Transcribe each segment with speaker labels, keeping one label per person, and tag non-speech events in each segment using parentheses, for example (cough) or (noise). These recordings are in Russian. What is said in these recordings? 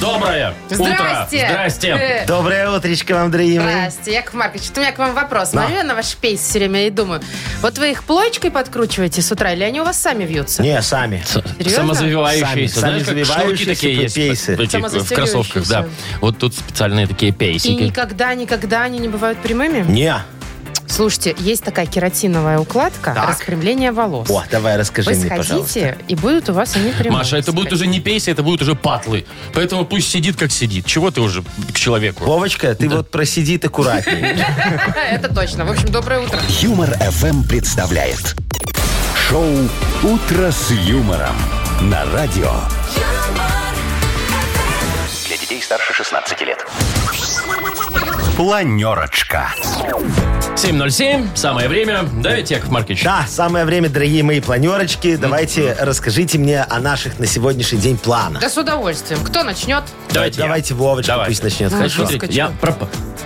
Speaker 1: Доброе утро!
Speaker 2: Здрасте!
Speaker 1: Здрасте!
Speaker 2: Э,
Speaker 3: Доброе утречко вам, дорогие мои.
Speaker 2: Здрасте, Яков Маркович. Вот У меня к вам вопрос. Смотрю я на ваш пейс все время и думаю, вот вы их плоечкой подкручиваете с утра, или они у вас сами вьются?
Speaker 3: Не, сами.
Speaker 2: Серьезно?
Speaker 1: Самозавивающиеся. Знаешь,
Speaker 3: Сами-
Speaker 1: как шнурки
Speaker 3: самозавивающиеся
Speaker 1: такие есть.
Speaker 3: пейсы.
Speaker 1: эти, в
Speaker 2: Самозастегивающиеся.
Speaker 1: кроссовках, да. Вот тут специальные такие
Speaker 2: И
Speaker 1: пейсики.
Speaker 2: никогда, никогда они не бывают прямыми?
Speaker 3: Не.
Speaker 2: Слушайте, есть такая кератиновая укладка,
Speaker 3: Так.
Speaker 2: распрямление волос.
Speaker 3: О, давай расскажи
Speaker 2: Вы
Speaker 3: мне, пожалуйста.
Speaker 2: сходите, и будут у вас они прямые.
Speaker 1: Маша, это будут уже не пейсы, это будут уже патлы. Поэтому пусть сидит, как сидит. Чего ты уже к человеку?
Speaker 3: Вовочка, ты вот
Speaker 2: (laughs)
Speaker 3: просидит аккуратнее.
Speaker 2: (laughs) Это точно. В общем, доброе утро.
Speaker 4: Юмор ФМ представляет. Шоу «Утро с юмором» на радио. Для детей старше 16 лет. Планерочка.
Speaker 1: 7.07, самое время. Да, ведь, Яков Маркович?
Speaker 3: Да, самое время, дорогие мои планерочки. Давайте расскажите мне о наших на сегодняшний день планах.
Speaker 2: Да с удовольствием. Кто начнет?
Speaker 1: Давайте. я.
Speaker 3: Давайте Вовочка
Speaker 1: Давайте.
Speaker 3: пусть начнет.
Speaker 2: Ну,
Speaker 3: Хорошо.
Speaker 2: смотри.
Speaker 1: Смотрите, я про...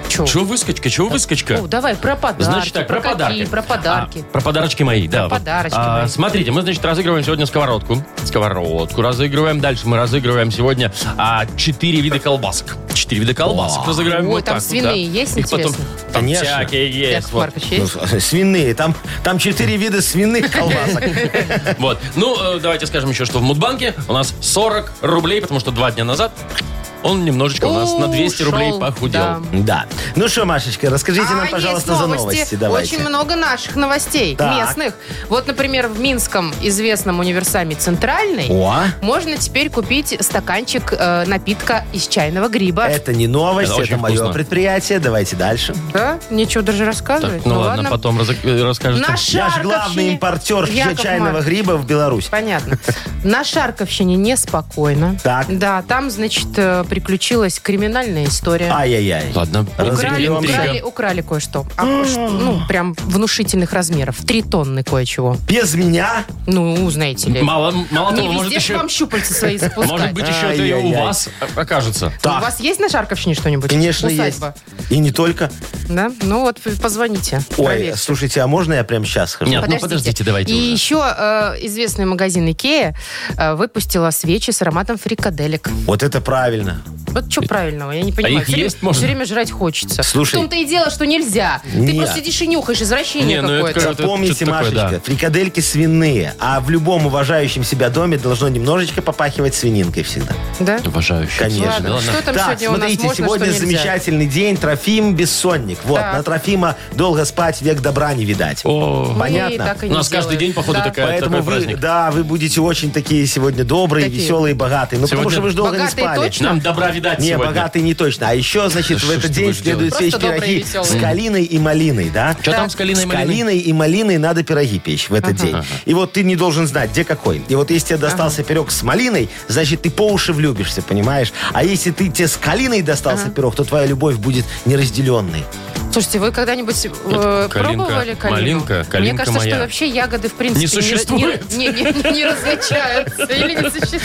Speaker 2: Чё?
Speaker 1: Чего выскочка? Чего выскочка?
Speaker 2: О, давай про подарки.
Speaker 1: Значит так, про, подарки.
Speaker 2: какие? Про подарки.
Speaker 1: А, про подарочки мои, да. вот.
Speaker 2: подарочки
Speaker 1: А,
Speaker 2: мои.
Speaker 1: Смотрите, мы, значит, разыгрываем сегодня сковородку. Сковородку разыгрываем. Дальше мы разыгрываем сегодня а, четыре вида колбасок. Четыре вида колбасок разыграем.
Speaker 2: Ой,
Speaker 1: вот
Speaker 2: там
Speaker 1: так вот,
Speaker 2: свиные
Speaker 1: да.
Speaker 2: есть,
Speaker 1: Их потом...
Speaker 2: интересно?
Speaker 1: Там
Speaker 3: Конечно.
Speaker 1: всякие А, есть.
Speaker 2: Яков
Speaker 1: Вот.
Speaker 2: Маркович,
Speaker 3: Ну,
Speaker 2: есть?
Speaker 3: с- свиные. Там, там четыре вида свиных
Speaker 2: (laughs)
Speaker 3: колбасок.
Speaker 1: Вот. Ну, э, давайте скажем еще, что в Мудбанке у нас 40 рублей, потому что два дня назад он немножечко у нас на 200
Speaker 2: Ушел,
Speaker 1: рублей похудел.
Speaker 2: да.
Speaker 3: Да. Ну что, Машечка, расскажите
Speaker 2: А,
Speaker 3: нам,
Speaker 2: есть
Speaker 3: пожалуйста, за новости. Давайте.
Speaker 2: Очень много наших новостей,
Speaker 3: Так.
Speaker 2: местных. Вот, например, в Минском известном универсаме «Центральный»
Speaker 3: О,
Speaker 2: можно теперь купить стаканчик э, напитка из чайного гриба.
Speaker 3: это не новость,
Speaker 1: Это
Speaker 3: это,
Speaker 1: очень
Speaker 3: мое
Speaker 1: вкусно.
Speaker 3: предпритие. Давайте дальше.
Speaker 2: Да? Нечего даже
Speaker 1: Так,
Speaker 2: рассказывать.
Speaker 1: ну, ладно, потом разы- э, расскажете.
Speaker 2: На
Speaker 3: Я же
Speaker 2: Шарковщине-
Speaker 3: главный импортер
Speaker 2: Яков
Speaker 3: чайного
Speaker 2: Маркович,
Speaker 3: гриба в Беларусь.
Speaker 2: Понятно. (laughs) На Шарковщине неспокойно.
Speaker 3: Так.
Speaker 2: Да, там, значит, э, приключилась криминальная история.
Speaker 3: Ай-яй-яй.
Speaker 1: Ладно,
Speaker 2: Украли,
Speaker 3: Разъярёмся.
Speaker 2: украли, украли кое-что. А, ш- ну, прям внушительных размеров. Три тонны кое-чего.
Speaker 3: Без меня?
Speaker 2: Ну, знаете ли.
Speaker 1: Мало, мало
Speaker 2: Не
Speaker 1: того,
Speaker 2: везде
Speaker 1: может
Speaker 2: ж
Speaker 1: еще...
Speaker 2: вам щупальца свои
Speaker 3: А
Speaker 2: запускать. Ну,
Speaker 1: Может быть, еще это и у
Speaker 3: Ай-яй-яй.
Speaker 1: вас окажется.
Speaker 2: У
Speaker 3: Так,
Speaker 2: вас есть на Шарковщине что-нибудь?
Speaker 3: конечно,
Speaker 2: Усадьба?
Speaker 3: есть. И не только.
Speaker 2: Да? Ну вот, позвоните.
Speaker 3: Ой,
Speaker 2: проверьте.
Speaker 3: слушайте, а можно я прямо сейчас схожу?
Speaker 1: Нет. ну подождите, давайте
Speaker 2: И
Speaker 1: уже.
Speaker 2: еще э, известный магазин Икея э, выпустила свечи с ароматом фрикаделек.
Speaker 3: Вот это правильно.
Speaker 2: Вот что правильного, я не понимаю.
Speaker 1: А их
Speaker 2: Всё время-
Speaker 1: есть можно?
Speaker 2: Все время жрать хочется.
Speaker 3: Слушай.
Speaker 2: В том-то и дело, что нельзя. Ты
Speaker 3: Нет.
Speaker 2: просто сидишь и нюхаешь,
Speaker 1: Не,
Speaker 2: извращение
Speaker 1: ну это
Speaker 2: какое-то.
Speaker 1: как-
Speaker 3: Запомните,
Speaker 1: что-то такое,
Speaker 3: Машечка,
Speaker 1: да.
Speaker 3: фрикадельки свиные, а в любом уважающем себя доме должно немножечко попахивать свининкой всегда.
Speaker 2: Да?
Speaker 1: Уважающий.
Speaker 3: Конечно.
Speaker 2: Ладно,
Speaker 1: Ладно.
Speaker 2: что там
Speaker 3: ну так,
Speaker 2: сегодня у нас
Speaker 3: смотрите,
Speaker 2: можно, что
Speaker 3: сегодня
Speaker 2: нельзя?
Speaker 3: замечательный день, Трофим Бессонник. Вот,
Speaker 2: Так.
Speaker 3: на Трофима долго спать, век добра не видать.
Speaker 1: О,
Speaker 2: Мы
Speaker 3: понятно.
Speaker 2: так и
Speaker 1: у
Speaker 2: не
Speaker 1: нас каждый
Speaker 2: делаем.
Speaker 1: день, походу,
Speaker 2: Да.
Speaker 1: такая, такой
Speaker 3: Поэтому вы,
Speaker 1: праздник.
Speaker 3: (laughs) да, вы будете очень такие сегодня добрые,
Speaker 2: Какие?
Speaker 3: веселые, богатые. Ну,
Speaker 1: Сегодня
Speaker 3: потому что вы же долго не
Speaker 2: богатые
Speaker 3: спали.
Speaker 2: точно?
Speaker 1: Нам добра видать
Speaker 3: Не,
Speaker 1: сегодня.
Speaker 3: богатый не точно. А еще, значит,
Speaker 1: Да
Speaker 3: в
Speaker 1: что ж
Speaker 3: этот
Speaker 1: ты
Speaker 3: день
Speaker 1: будешь
Speaker 3: следует
Speaker 1: делать?
Speaker 3: печь
Speaker 2: Просто добрые,
Speaker 3: пироги с
Speaker 2: веселые.
Speaker 3: калиной и малиной, да?
Speaker 1: Что там с калиной
Speaker 3: С
Speaker 1: и малиной?
Speaker 3: калиной и малиной надо пироги печь в этот день. И вот ты не должен знать, где какой. И вот если тебе достался пирог с малиной, значит, ты по уши влюбишься, понимаешь? А если ты тебе с калиной достался пирог, то твоя любовь будет неразделенной.
Speaker 2: Слушайте, вы когда-нибудь э,
Speaker 1: Это калинка,
Speaker 2: пробовали калину?
Speaker 1: малинка,
Speaker 2: Мне
Speaker 1: калинка
Speaker 2: кажется,
Speaker 1: моя.
Speaker 2: что вообще ягоды в принципе
Speaker 1: Не существует.
Speaker 2: Не, не- не- не различаются или не существуют.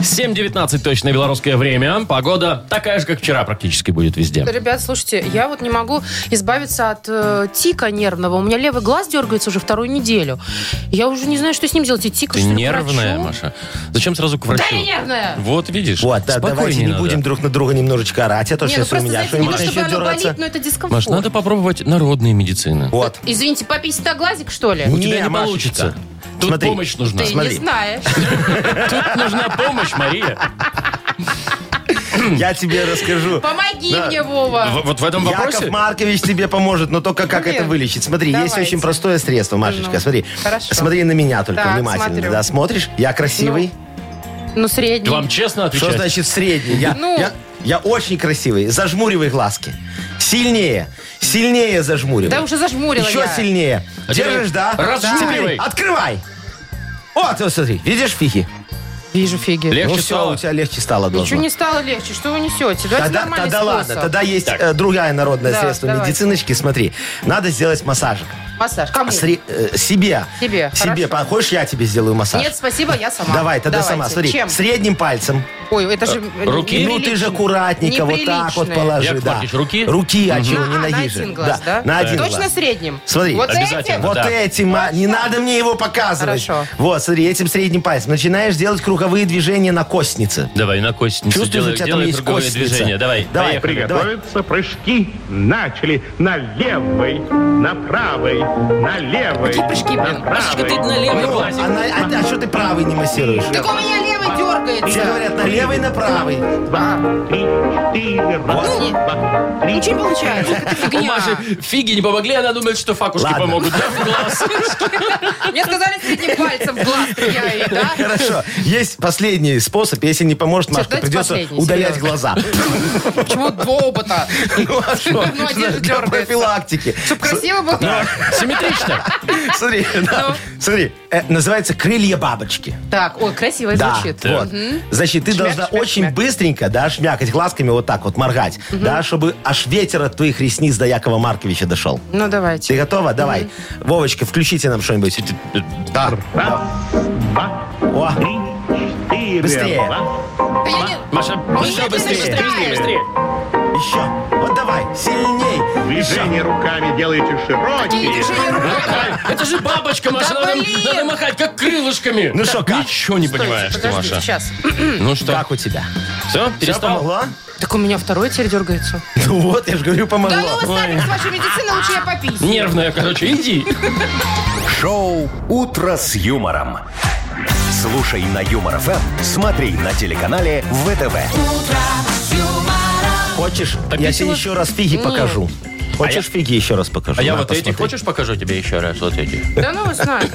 Speaker 1: 7.19 точно белорусское время. Погода такая же, как вчера практически будет везде.
Speaker 2: Ребят, слушайте, я вот не могу избавиться от э, тика нервного. У меня левый глаз дергается уже вторую неделю. Я уже не знаю, что с ним делать. Идти к
Speaker 1: Ты
Speaker 2: что ли, к
Speaker 1: нервная,
Speaker 2: врачу?
Speaker 1: Маша. Зачем сразу к врачу?
Speaker 2: Да я нервная!
Speaker 1: Вот, видишь.
Speaker 3: Вот, да,
Speaker 1: спокойнее
Speaker 3: давайте не
Speaker 1: надо.
Speaker 3: будем друг на друга немножечко орать, а то
Speaker 2: Не, ну
Speaker 3: сейчас у
Speaker 2: просто,
Speaker 3: меня
Speaker 2: знаете, не
Speaker 3: что-нибудь
Speaker 2: то, чтобы
Speaker 3: начнет
Speaker 2: оно болит,
Speaker 3: дергаться.
Speaker 2: но это дискомфорт.
Speaker 1: Маш, надо попробовать народные медицины.
Speaker 3: Вот.
Speaker 2: Извините, попить глазик, что ли?
Speaker 1: У
Speaker 3: Не,
Speaker 1: тебя не
Speaker 3: Машечка.
Speaker 1: получится. Тут
Speaker 3: Смотри.
Speaker 1: помощь нужна.
Speaker 2: Ты
Speaker 3: смотри.
Speaker 2: не
Speaker 1: (laughs)
Speaker 2: знаешь.
Speaker 1: Тут нужна помощь, Мария.
Speaker 3: (laughs) Я тебе расскажу.
Speaker 2: Помоги
Speaker 3: Да.
Speaker 2: мне, Вова.
Speaker 1: В- Вот в этом
Speaker 3: Яков
Speaker 1: вопросе...
Speaker 3: Маркович тебе поможет, но только как
Speaker 2: Блин,
Speaker 3: это вылечить. Смотри, есть
Speaker 2: давайте.
Speaker 3: очень простое средство, Машечка.
Speaker 2: Ну,
Speaker 3: смотри,
Speaker 2: хорошо.
Speaker 3: смотри на меня только
Speaker 2: Так,
Speaker 3: внимательно.
Speaker 2: смотрю.
Speaker 3: Да, смотришь? Я красивый.
Speaker 2: Ну, средний.
Speaker 1: Вам честно
Speaker 3: Что
Speaker 1: отвечать?
Speaker 3: значит средний? Я,
Speaker 2: Ну.
Speaker 3: я, я очень красивый. Зажмуривай глазки. Сильнее, сильнее зажмуривай.
Speaker 2: Да уже зажмурила
Speaker 3: Еще
Speaker 2: я.
Speaker 3: сильнее.
Speaker 1: А теперь
Speaker 3: Держишь, да?
Speaker 1: разжмуривай.
Speaker 3: Теперь Открывай. Вот, вот смотри, видишь фихи?
Speaker 2: Вижу, Фиги.
Speaker 1: Легче
Speaker 3: ну все,
Speaker 1: стало?
Speaker 3: у тебя легче стало должно.
Speaker 2: Ничего не стало легче. Что вы несете? Давайте
Speaker 3: Тогда,
Speaker 2: нормальный
Speaker 3: тогда
Speaker 2: способ.
Speaker 3: ладно, тогда есть
Speaker 1: Так.
Speaker 3: э, другая народное
Speaker 2: Да,
Speaker 3: средство
Speaker 2: давайте.
Speaker 3: медициночки. Смотри, надо сделать массажик.
Speaker 2: Массаж. Кому?
Speaker 3: Сре- э, себе.
Speaker 2: Себе,
Speaker 3: Себе.
Speaker 2: хорошо.
Speaker 3: По- Хочешь, я тебе сделаю массаж?
Speaker 2: Нет, спасибо, я сама.
Speaker 3: Давай, тогда
Speaker 2: Давайте.
Speaker 3: сама. Смотри,
Speaker 2: Чем?
Speaker 3: средним пальцем.
Speaker 2: Ой, это же э,
Speaker 1: руки?
Speaker 3: Ну ты же
Speaker 2: неприлично.
Speaker 3: аккуратненько вот так вот
Speaker 2: Неприличное.
Speaker 3: положи.
Speaker 1: Яков
Speaker 3: да.
Speaker 1: Маркович, руки?
Speaker 3: Руки, а чего
Speaker 2: А,
Speaker 3: не
Speaker 2: на
Speaker 3: ноги
Speaker 2: один
Speaker 3: же.
Speaker 2: глаз, да?
Speaker 3: На один
Speaker 2: Точно
Speaker 3: глаз.
Speaker 2: средним?
Speaker 3: Смотри,
Speaker 2: вот
Speaker 1: обязательно.
Speaker 2: этим?
Speaker 3: Вот
Speaker 1: да.
Speaker 3: этим, а, не надо мне его показывать.
Speaker 2: Хорошо.
Speaker 3: Вот, смотри, этим средним пальцем начинаешь делать круговые движения на костнице.
Speaker 1: Давай, на костницу
Speaker 3: Чувствуешь,
Speaker 1: делай,
Speaker 3: у тебя там
Speaker 1: делай
Speaker 3: есть
Speaker 1: круговые
Speaker 3: костница.
Speaker 1: движения. Давай,
Speaker 3: Давай,
Speaker 1: поехали.
Speaker 3: давай.
Speaker 5: Готовятся прыжки. Начали. На левой, на правой, на левой,
Speaker 2: Какие прыжки, блин?
Speaker 5: на
Speaker 1: Машечка, ты
Speaker 5: правой.
Speaker 1: на левый
Speaker 3: Ну, а,
Speaker 1: глазик.
Speaker 3: на- а- а что ты правый не массируешь?
Speaker 2: Так у меня левый
Speaker 3: Все
Speaker 2: дергается.
Speaker 3: говорят, на левый, на правый.
Speaker 5: Два, три, четыре, раз,
Speaker 2: Ну,
Speaker 5: два, три.
Speaker 2: Ничего не получается, это
Speaker 1: У
Speaker 2: фигня.
Speaker 1: Маши фиги не помогли, она думает, что факушки
Speaker 3: Ладно.
Speaker 1: помогут. Да, в
Speaker 3: (laughs)
Speaker 1: глаз.
Speaker 2: Мне сказали средним пальцем в глаз стреляй, да?
Speaker 3: (laughs) Хорошо. Есть последний способ. Если не поможет, Машка,
Speaker 2: давайте
Speaker 3: придется
Speaker 2: последний,
Speaker 3: удалять
Speaker 2: серьезно. (laughs)
Speaker 3: глаза.
Speaker 2: Почему оба-то?
Speaker 3: Ну, а что?
Speaker 2: Ну, один же
Speaker 3: Для
Speaker 2: дергается.
Speaker 3: профилактики.
Speaker 2: Чтоб красиво было?
Speaker 1: Симметрично.
Speaker 3: (laughs) Смотри, да.
Speaker 2: Ну.
Speaker 3: смотри. Э, Называется «Крылья бабочки».
Speaker 2: Так, ой, красиво
Speaker 3: Да,
Speaker 2: звучит.
Speaker 3: вот. Значит, ты
Speaker 2: Шмяк,
Speaker 3: должна
Speaker 2: шмяк,
Speaker 3: очень
Speaker 2: шмяк.
Speaker 3: быстренько, да, шмякать глазками вот так вот, моргать, да, чтобы аж ветер от твоих ресниц до Якова Марковича дошел.
Speaker 2: Ну,
Speaker 3: Ты
Speaker 2: давайте.
Speaker 3: готова? Давай. Вовочка, включите нам что-нибудь. Да.
Speaker 5: Раз, два,
Speaker 3: О,
Speaker 5: три, четыре,
Speaker 3: Быстрее.
Speaker 5: раз,
Speaker 2: Да я не-
Speaker 1: Маша, Маша, быстрее,
Speaker 2: меня
Speaker 1: быстрее,
Speaker 2: это
Speaker 1: быстрее,
Speaker 2: напрягает.
Speaker 1: быстрее.
Speaker 3: еще. Вот давай, сильней.
Speaker 5: Движение руками делаете
Speaker 2: Какие
Speaker 5: широкие.
Speaker 2: движения руками?
Speaker 1: Это же бабочка, Маша,
Speaker 2: Да
Speaker 1: надо,
Speaker 2: блин!
Speaker 1: надо махать, как крылышками.
Speaker 3: Ну что, как?
Speaker 1: Ничего не понимаешь ты,
Speaker 2: Подождите,
Speaker 1: Маша.
Speaker 2: сейчас.
Speaker 1: Ну что,
Speaker 3: Как у тебя?
Speaker 1: все,
Speaker 3: Все
Speaker 1: перестал?
Speaker 3: помогло?
Speaker 2: Так у меня второй теперь дергается.
Speaker 3: Ну вот, я же говорю,
Speaker 2: Да ну вы
Speaker 3: помогло.
Speaker 2: сами с вашей медициной лучше я попить.
Speaker 1: Нервная, короче, иди.
Speaker 4: Шоу «Утро с юмором». Слушай на Юмор ФМ, смотри на телеканале ВТВ.
Speaker 3: Хочешь, я тебе
Speaker 1: писала?
Speaker 3: еще раз фиги покажу. Хочешь фиги еще раз покажу?
Speaker 1: А я
Speaker 3: На,
Speaker 1: вот эти,
Speaker 3: посмотри.
Speaker 1: хочешь, покажу тебе еще раз вот эти?
Speaker 2: Да ну вы знаете.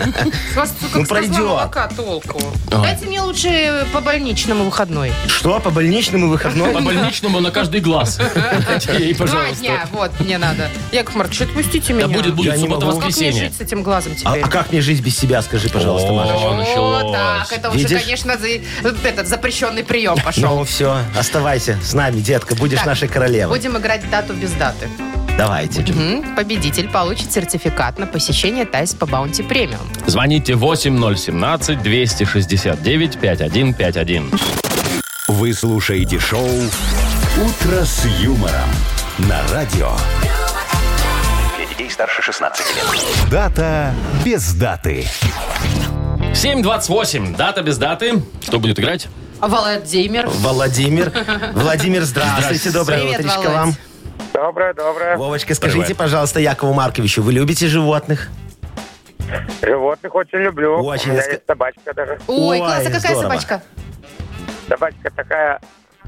Speaker 2: С вас как
Speaker 3: Ну,
Speaker 2: с
Speaker 3: пройдет.
Speaker 2: козла молока толку. Дайте мне лучше по больничному выходной.
Speaker 3: Что, по больничному выходному?
Speaker 1: По больничному на каждый
Speaker 3: (laughs)
Speaker 1: глаз. Ей,
Speaker 2: Два
Speaker 1: пожалуйста.
Speaker 2: дня, вот, мне надо. Яков Маркович, отпустите меня.
Speaker 1: Да будет, будет,
Speaker 3: Я не могу.
Speaker 2: Как мне
Speaker 1: суббота-воскресенье.
Speaker 2: жить с этим глазом
Speaker 3: А,
Speaker 2: теперь?
Speaker 3: а как мне жить без себя, скажи, пожалуйста,
Speaker 1: О,
Speaker 3: Маша?
Speaker 1: началось.
Speaker 2: О, так, это уже,
Speaker 3: Видишь?
Speaker 2: конечно, за- этот запрещенный прием
Speaker 3: (laughs)
Speaker 2: пошел.
Speaker 3: Ну все, оставайся с нами, детка, будешь
Speaker 2: Так,
Speaker 3: нашей королевой.
Speaker 2: Будем играть дату без даты.
Speaker 3: Давайте.
Speaker 2: М, Победитель получит сертификат на посещение Тайс по Баунти Премиум.
Speaker 1: Звоните 8017-269-5151.
Speaker 4: Вы слушаете шоу «Утро с юмором» на радио. Для детей старше 16 лет. Дата без даты.
Speaker 1: 7.28. Дата без даты. Кто будет играть?
Speaker 2: Владимир.
Speaker 3: Владимир.
Speaker 2: (laughs)
Speaker 3: Владимир, здравствуйте. Доброе
Speaker 2: Привет,
Speaker 3: утречко
Speaker 2: Володь.
Speaker 3: вам.
Speaker 6: Доброе, доброе.
Speaker 3: Вовочка, скажите,
Speaker 1: Привет.
Speaker 3: пожалуйста, Якову Марковичу, вы любите животных?
Speaker 6: Животных очень люблю.
Speaker 3: Очень.
Speaker 6: У меня
Speaker 3: Ска-
Speaker 6: есть собачка даже.
Speaker 2: Ой,
Speaker 3: Ой,
Speaker 2: класс, а какая
Speaker 3: здорово.
Speaker 2: собачка?
Speaker 6: Собачка такая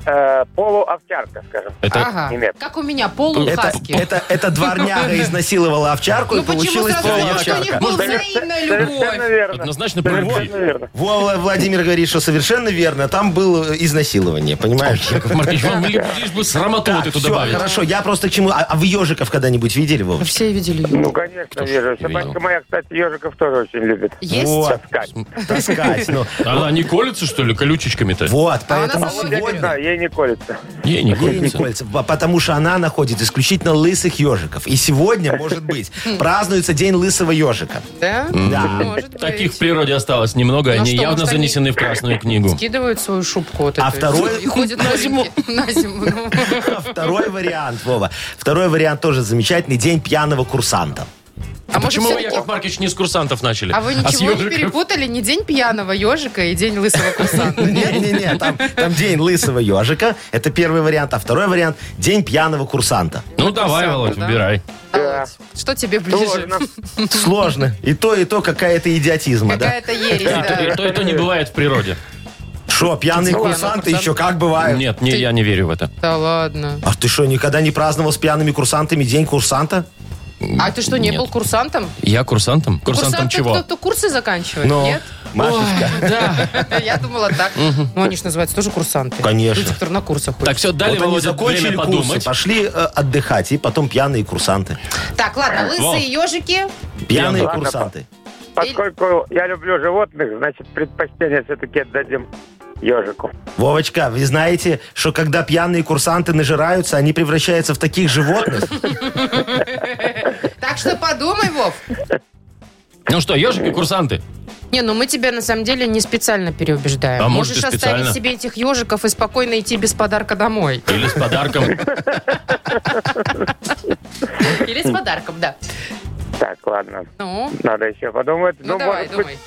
Speaker 6: э, полуовчарка, скажем.
Speaker 1: Это
Speaker 2: Ага.
Speaker 6: Немец.
Speaker 2: Как у меня, полухаски.
Speaker 3: Это, это,
Speaker 2: (laughs)
Speaker 3: это дворняга изнасиловала овчарку
Speaker 2: Ну
Speaker 3: и
Speaker 2: почему
Speaker 3: получилась
Speaker 2: сразу говорят, что у них
Speaker 3: полуовчарка.
Speaker 2: была
Speaker 6: Совершенно-
Speaker 2: взаимная
Speaker 6: Совершенно
Speaker 2: любовь?
Speaker 6: верно.
Speaker 1: однозначно про любви.
Speaker 6: Совершенно верно.
Speaker 3: Вова Владимир говорит, что совершенно верно, там было изнасилование, понимаешь?
Speaker 1: Яков Маркович,
Speaker 3: (laughs)
Speaker 1: вам ли- лишь бы срамоту вот эту
Speaker 3: Все,
Speaker 1: добавить.
Speaker 3: хорошо, я просто к чему... А, а вы ежиков когда-нибудь видели, Вов?
Speaker 2: Все видели ее.
Speaker 6: Ну, конечно,
Speaker 1: ж
Speaker 6: вижу.
Speaker 1: не видел?
Speaker 6: Собачка моя, кстати, ежиков тоже очень любит.
Speaker 2: Есть?
Speaker 3: Вот,
Speaker 6: Таскать.
Speaker 3: таскать, ну.
Speaker 1: Она не колется, что ли, колючечками-то?
Speaker 3: Вот,
Speaker 2: А
Speaker 3: поэтому
Speaker 2: у нас
Speaker 6: Вот я не
Speaker 3: сегодня...
Speaker 6: знаю, ей не
Speaker 2: (laughs)
Speaker 6: колется.
Speaker 1: Не, не
Speaker 3: Ей А не
Speaker 1: колется.
Speaker 3: кольца, б- потому что она находит исключительно лысых ежиков. И сегодня, может быть,
Speaker 2: (laughs)
Speaker 3: празднуется День лысого ежика.
Speaker 2: Да?
Speaker 3: Да.
Speaker 2: Может быть.
Speaker 1: Таких в природе осталось немного,
Speaker 2: Ну
Speaker 1: они
Speaker 2: что,
Speaker 1: явно
Speaker 2: может, они-
Speaker 1: занесены в
Speaker 2: (laughs)
Speaker 1: Красную книгу.
Speaker 2: Скидывают свою шубку вот
Speaker 3: А
Speaker 2: эту
Speaker 3: второй-
Speaker 2: и ходят на зиму. (laughs) На зиму. ну.
Speaker 3: Второй вариант, Вова. Второй вариант тоже замечательный. День пьяного курсанта.
Speaker 2: А может,
Speaker 1: Почему вы,
Speaker 2: всё-таки-
Speaker 1: Яков Маркович, не с курсантов начали?
Speaker 2: А вы
Speaker 1: с
Speaker 2: ничего не
Speaker 1: ежиков?
Speaker 2: перепутали? Не день пьяного ежика и день лысого
Speaker 3: (laughs)
Speaker 2: курсанта?
Speaker 3: Не-не-не, там, там день лысого ежика. Это первый вариант. А второй вариант – день пьяного курсанта.
Speaker 1: Ну, давай,
Speaker 2: курсанта,
Speaker 1: Володь,
Speaker 2: да.
Speaker 1: выбирай.
Speaker 6: Да.
Speaker 2: Что тебе ближе?
Speaker 6: Сложно.
Speaker 3: Сложно. И то, и то какая-то идиотизма, да?
Speaker 2: Какая-то ересь,
Speaker 1: И то, и
Speaker 2: да.
Speaker 1: то, и то не бывает в природе.
Speaker 3: Что, пьяные
Speaker 2: Пьяного
Speaker 3: курсанты
Speaker 2: курсанта.
Speaker 3: еще как бывают?
Speaker 1: Нет, не, я не верю в это.
Speaker 2: Да ладно.
Speaker 3: А ты что, никогда не праздновал с пьяными курсантами День курсанта?
Speaker 2: А ты что, не
Speaker 1: Нет.
Speaker 2: был курсантом?
Speaker 1: Я курсантом? Курсантом
Speaker 2: Курсанты
Speaker 1: чего?
Speaker 2: кто-то курсы заканчивает,
Speaker 3: Ну, (laughs)
Speaker 2: нет?
Speaker 3: Машечка,
Speaker 2: (laughs) Я думала так. Ну, они же называются тоже курсанты.
Speaker 3: Конечно.
Speaker 2: Люди, которые на курсах
Speaker 1: Так,
Speaker 2: ходят.
Speaker 1: все, дали
Speaker 3: вот они
Speaker 1: Володя
Speaker 3: закончили
Speaker 1: время
Speaker 3: курсы,
Speaker 1: подумать.
Speaker 3: пошли э, отдыхать, и потом пьяные курсанты.
Speaker 2: Так, ладно, лысые ежики.
Speaker 3: Пьяные
Speaker 6: Ладно,
Speaker 3: курсанты.
Speaker 6: Поскольку я люблю животных, значит, предпочтение все-таки отдадим ежику.
Speaker 3: Вовочка, вы знаете, что когда пьяные курсанты нажираются, они превращаются в таких животных?
Speaker 2: Так что подумай, Вов.
Speaker 1: Ну что, ежики, курсанты?
Speaker 2: Не, ну мы тебя на самом деле не специально переубеждаем.
Speaker 1: А может, и
Speaker 2: Можешь
Speaker 1: специально.
Speaker 2: оставить себе этих ежиков и спокойно идти без подарка домой.
Speaker 1: Или с подарком?
Speaker 2: Или
Speaker 1: Хм.
Speaker 2: с подарком, да.
Speaker 6: Так, ладно.
Speaker 2: Ну,
Speaker 6: Надо еще подумать.
Speaker 2: ну давай,
Speaker 6: может, быть,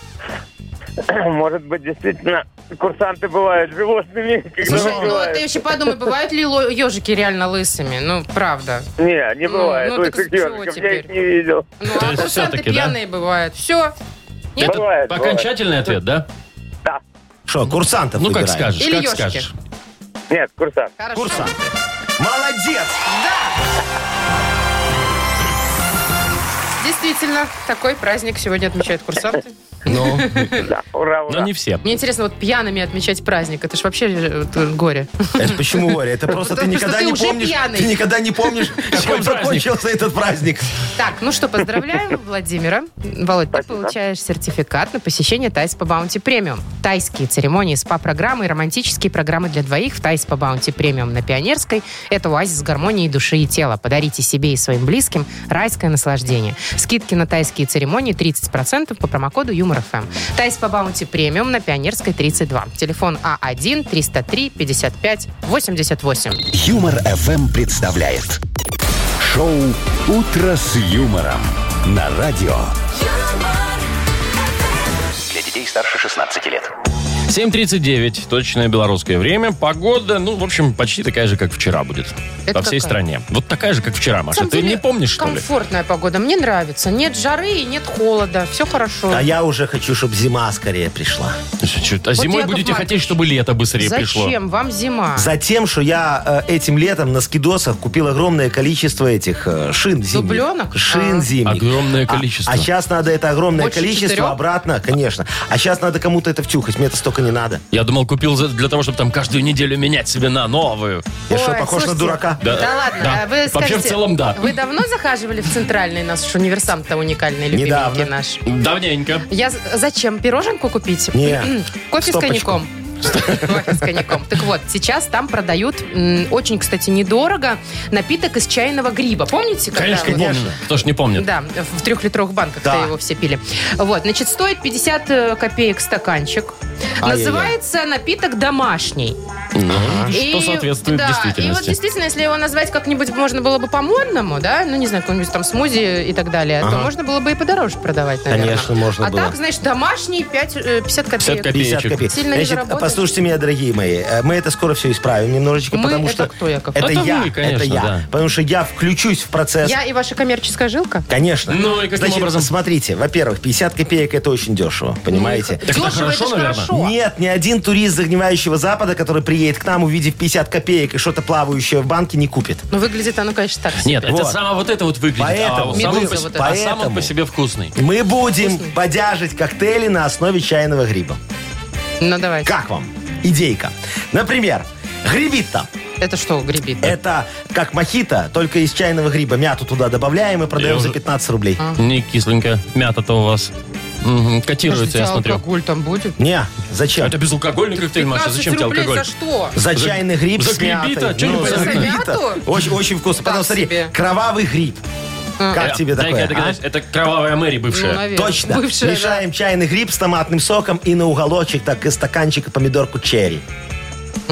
Speaker 2: думай.
Speaker 6: (clears throat) может быть, действительно, курсанты бывают животными. когда
Speaker 2: Слушай, ну вот
Speaker 6: бывают.
Speaker 2: ты еще подумай, бывают ли ло- ежики реально лысыми? Ну, правда.
Speaker 6: Не, не
Speaker 2: Ну,
Speaker 6: бывает.
Speaker 2: ну
Speaker 6: Ой,
Speaker 2: так
Speaker 6: как
Speaker 2: чего
Speaker 6: ёжиков, я
Speaker 2: теперь?
Speaker 6: их не видел.
Speaker 2: Ну,
Speaker 1: То
Speaker 2: а
Speaker 1: есть
Speaker 2: курсанты
Speaker 1: всё-таки, да?
Speaker 2: пьяные бывают. Все. Нет?
Speaker 1: Это
Speaker 6: Бывает, бывает.
Speaker 1: окончательный ответ, да?
Speaker 3: Что, курсантов
Speaker 1: Ну, как
Speaker 3: выбираем?
Speaker 1: скажешь,
Speaker 2: Или
Speaker 1: как
Speaker 2: ёжики.
Speaker 1: скажешь.
Speaker 6: Нет, курсант.
Speaker 2: Хорошо.
Speaker 3: Курсанты. Молодец!
Speaker 2: Действительно, такой праздник сегодня отмечают курсанты.
Speaker 1: Ну,
Speaker 6: Да, ура, ура.
Speaker 1: но не все.
Speaker 2: Мне интересно, вот пьяными отмечать праздник, это ж вообще э, т- горе.
Speaker 3: Это почему, Оля? Это просто ты
Speaker 2: Потому что
Speaker 3: никогда
Speaker 2: ты
Speaker 3: не
Speaker 2: уже
Speaker 3: помнишь,
Speaker 2: пьяный.
Speaker 3: ты никогда
Speaker 2: (laughs)
Speaker 3: не помнишь, какой
Speaker 1: праздник?
Speaker 3: закончился этот праздник.
Speaker 2: Так, ну что, поздравляем Владимира. Володь, ты
Speaker 6: Спасибо.
Speaker 2: получаешь сертификат на посещение Тайс по Баунти Премиум. Тайские церемонии, СПА-программы и романтические программы для двоих в Тайс по Баунти Премиум на Пионерской. Это оазис гармонии души и тела. Подарите себе и своим близким райское наслаждение. Скидки на тайские церемонии 30% по промокоду Юмор ФМ. Тайс по Баунти Премиум на Пионерской 32. Телефон А А1 303 55 88.
Speaker 4: Юмор FM представляет шоу Утро с юмором на радио.
Speaker 7: Для детей старше 16 лет.
Speaker 1: 7.39, точное белорусское время. Погода, ну, в общем, почти такая же, как вчера будет.
Speaker 2: Это
Speaker 1: По всей
Speaker 2: какая?
Speaker 1: стране. Вот такая же, как вчера,
Speaker 2: На
Speaker 1: Маша.
Speaker 2: самом
Speaker 1: Ты
Speaker 2: деле,
Speaker 1: не помнишь, что ли?
Speaker 2: Комфортная погода, мне нравится. Нет жары и нет холода, все хорошо.
Speaker 3: А я уже хочу, чтобы зима скорее пришла.
Speaker 1: Слушай, чё, А зимой
Speaker 2: Яков
Speaker 1: будете
Speaker 2: Маркович,
Speaker 1: хотеть, чтобы лето быстрее пришло.
Speaker 2: Зачем вам зима?
Speaker 3: Затем, что я э, этим летом на скидосах купил огромное количество этих э, шин зимних.
Speaker 2: Дубленок?
Speaker 3: Шин
Speaker 2: А.
Speaker 3: зимних.
Speaker 1: Огромное
Speaker 3: А-
Speaker 1: количество.
Speaker 3: А, сейчас надо это огромное
Speaker 2: Больше
Speaker 3: количество
Speaker 2: четырех?
Speaker 3: обратно, конечно. А сейчас надо кому-то это втюхать. Мне это столько не надо.
Speaker 1: Я думал, купил за- для того, чтобы там каждую неделю менять себе на новую.
Speaker 3: Я что,
Speaker 2: Ой,
Speaker 3: похож
Speaker 2: слушайте,
Speaker 3: на дурака?
Speaker 2: Да, ладно,
Speaker 1: да.
Speaker 2: а вы
Speaker 1: Вообще,
Speaker 2: скажите,
Speaker 1: в целом, да.
Speaker 2: Вы давно захаживали в центральный наш уж универсам-то уникальный, любименький
Speaker 3: Недавно.
Speaker 2: наш?
Speaker 1: Давненько.
Speaker 2: Я з- зачем? Пироженку купить?
Speaker 3: Не.
Speaker 2: М-м, Кофе с
Speaker 3: Стопочку.
Speaker 2: коньяком. Кофе с коньяком. Так вот, сейчас там продают м, очень, кстати, недорого напиток из чайного гриба. Помните, когда
Speaker 1: Конечно,
Speaker 2: вот-
Speaker 1: помню. Кто ж не помнит.
Speaker 2: Да, в трехлитровых банках
Speaker 3: Да.
Speaker 2: его все пили. Вот, значит, стоит 50 э, копеек стаканчик.
Speaker 3: Ай-яй-яй.
Speaker 2: Называется напиток домашний.
Speaker 1: Что
Speaker 2: И-
Speaker 1: соответствует
Speaker 2: да, И вот
Speaker 1: действительности.
Speaker 2: действительно, если его назвать как-нибудь можно было бы по-модному, да, ну не знаю, какой-нибудь там смузи и так далее, то
Speaker 3: Ага.
Speaker 2: можно было бы и подороже продавать, наверное.
Speaker 3: Конечно, можно
Speaker 2: а
Speaker 3: было.
Speaker 2: так, значит, домашний 5, э, 50 копеек.
Speaker 1: 50 копеек.
Speaker 3: 50 копеек.
Speaker 2: Сильно не заработали?
Speaker 3: послушайте меня, дорогие мои. э, Мы это скоро все исправим немножечко,
Speaker 2: Мы
Speaker 3: потому
Speaker 2: это
Speaker 3: что...
Speaker 2: кто, Яков?
Speaker 3: Это
Speaker 1: Это
Speaker 3: я,
Speaker 1: вы, конечно,
Speaker 3: это я.
Speaker 1: да.
Speaker 3: Потому что я включусь в процесс.
Speaker 2: Я и ваша коммерческая жилка?
Speaker 3: Конечно.
Speaker 1: Ну и каким
Speaker 3: Значит,
Speaker 1: образом?
Speaker 3: Смотрите, во-первых, 50 копеек это очень дешево, понимаете?
Speaker 1: это
Speaker 2: Ну, Дешево,
Speaker 1: хорошо,
Speaker 2: ж
Speaker 1: наверное.
Speaker 2: хорошо.
Speaker 3: Нет, ни один турист загнивающего Запада, который приедет к нам, увидев 50 копеек и что-то плавающее в банке, не купит.
Speaker 2: Но Ну, выглядит оно, конечно, так. себе.
Speaker 1: Нет, это
Speaker 3: Вот.
Speaker 1: само вот это вот выглядит.
Speaker 3: Поэтому-
Speaker 1: а, сам,
Speaker 2: Медуза
Speaker 1: по,
Speaker 2: вот
Speaker 1: се-
Speaker 2: эта.
Speaker 1: а сам он
Speaker 3: Поэтому-
Speaker 1: по себе вкусный.
Speaker 3: Мы будем подяжить коктейли на основе чайного гриба.
Speaker 2: Ну давайте.
Speaker 3: Как вам? Идейка. Например, грибита.
Speaker 2: Это что, гребит?
Speaker 1: Э,
Speaker 3: Это как мохито, только из чайного гриба. Мяту туда добавляем и
Speaker 1: Я
Speaker 3: продаем
Speaker 1: уже-
Speaker 3: за 15 рублей.
Speaker 1: Не кисленько. Мята-то у вас. Мгм, Котируется, я смотрю.
Speaker 2: алкоголь там будет?
Speaker 3: Не, зачем?
Speaker 1: Это А безалкогольный коктейль, Маша.
Speaker 2: 15
Speaker 1: Зачем тебе
Speaker 2: рублей
Speaker 1: алкоголь?
Speaker 2: за что?
Speaker 3: За чайный гриб
Speaker 1: за
Speaker 3: с мятой.
Speaker 1: грибита? Чё не
Speaker 3: за
Speaker 1: понятно? За
Speaker 3: грибита.
Speaker 2: мяту?
Speaker 3: Очень, очень вкусно.
Speaker 2: Так
Speaker 3: Потом смотри,
Speaker 2: себе. А.
Speaker 3: кровавый гриб.
Speaker 1: Э,
Speaker 3: Как тебе
Speaker 1: дай-ка
Speaker 3: такое? А?
Speaker 1: я догадаюсь, Это кровавая Мэри
Speaker 2: Ну,
Speaker 1: бывшая.
Speaker 2: наверное.
Speaker 3: Точно.
Speaker 2: Бывшая, да.
Speaker 3: Мешаем чайный гриб с томатным соком и на уголочек так и стаканчик помидорку черри.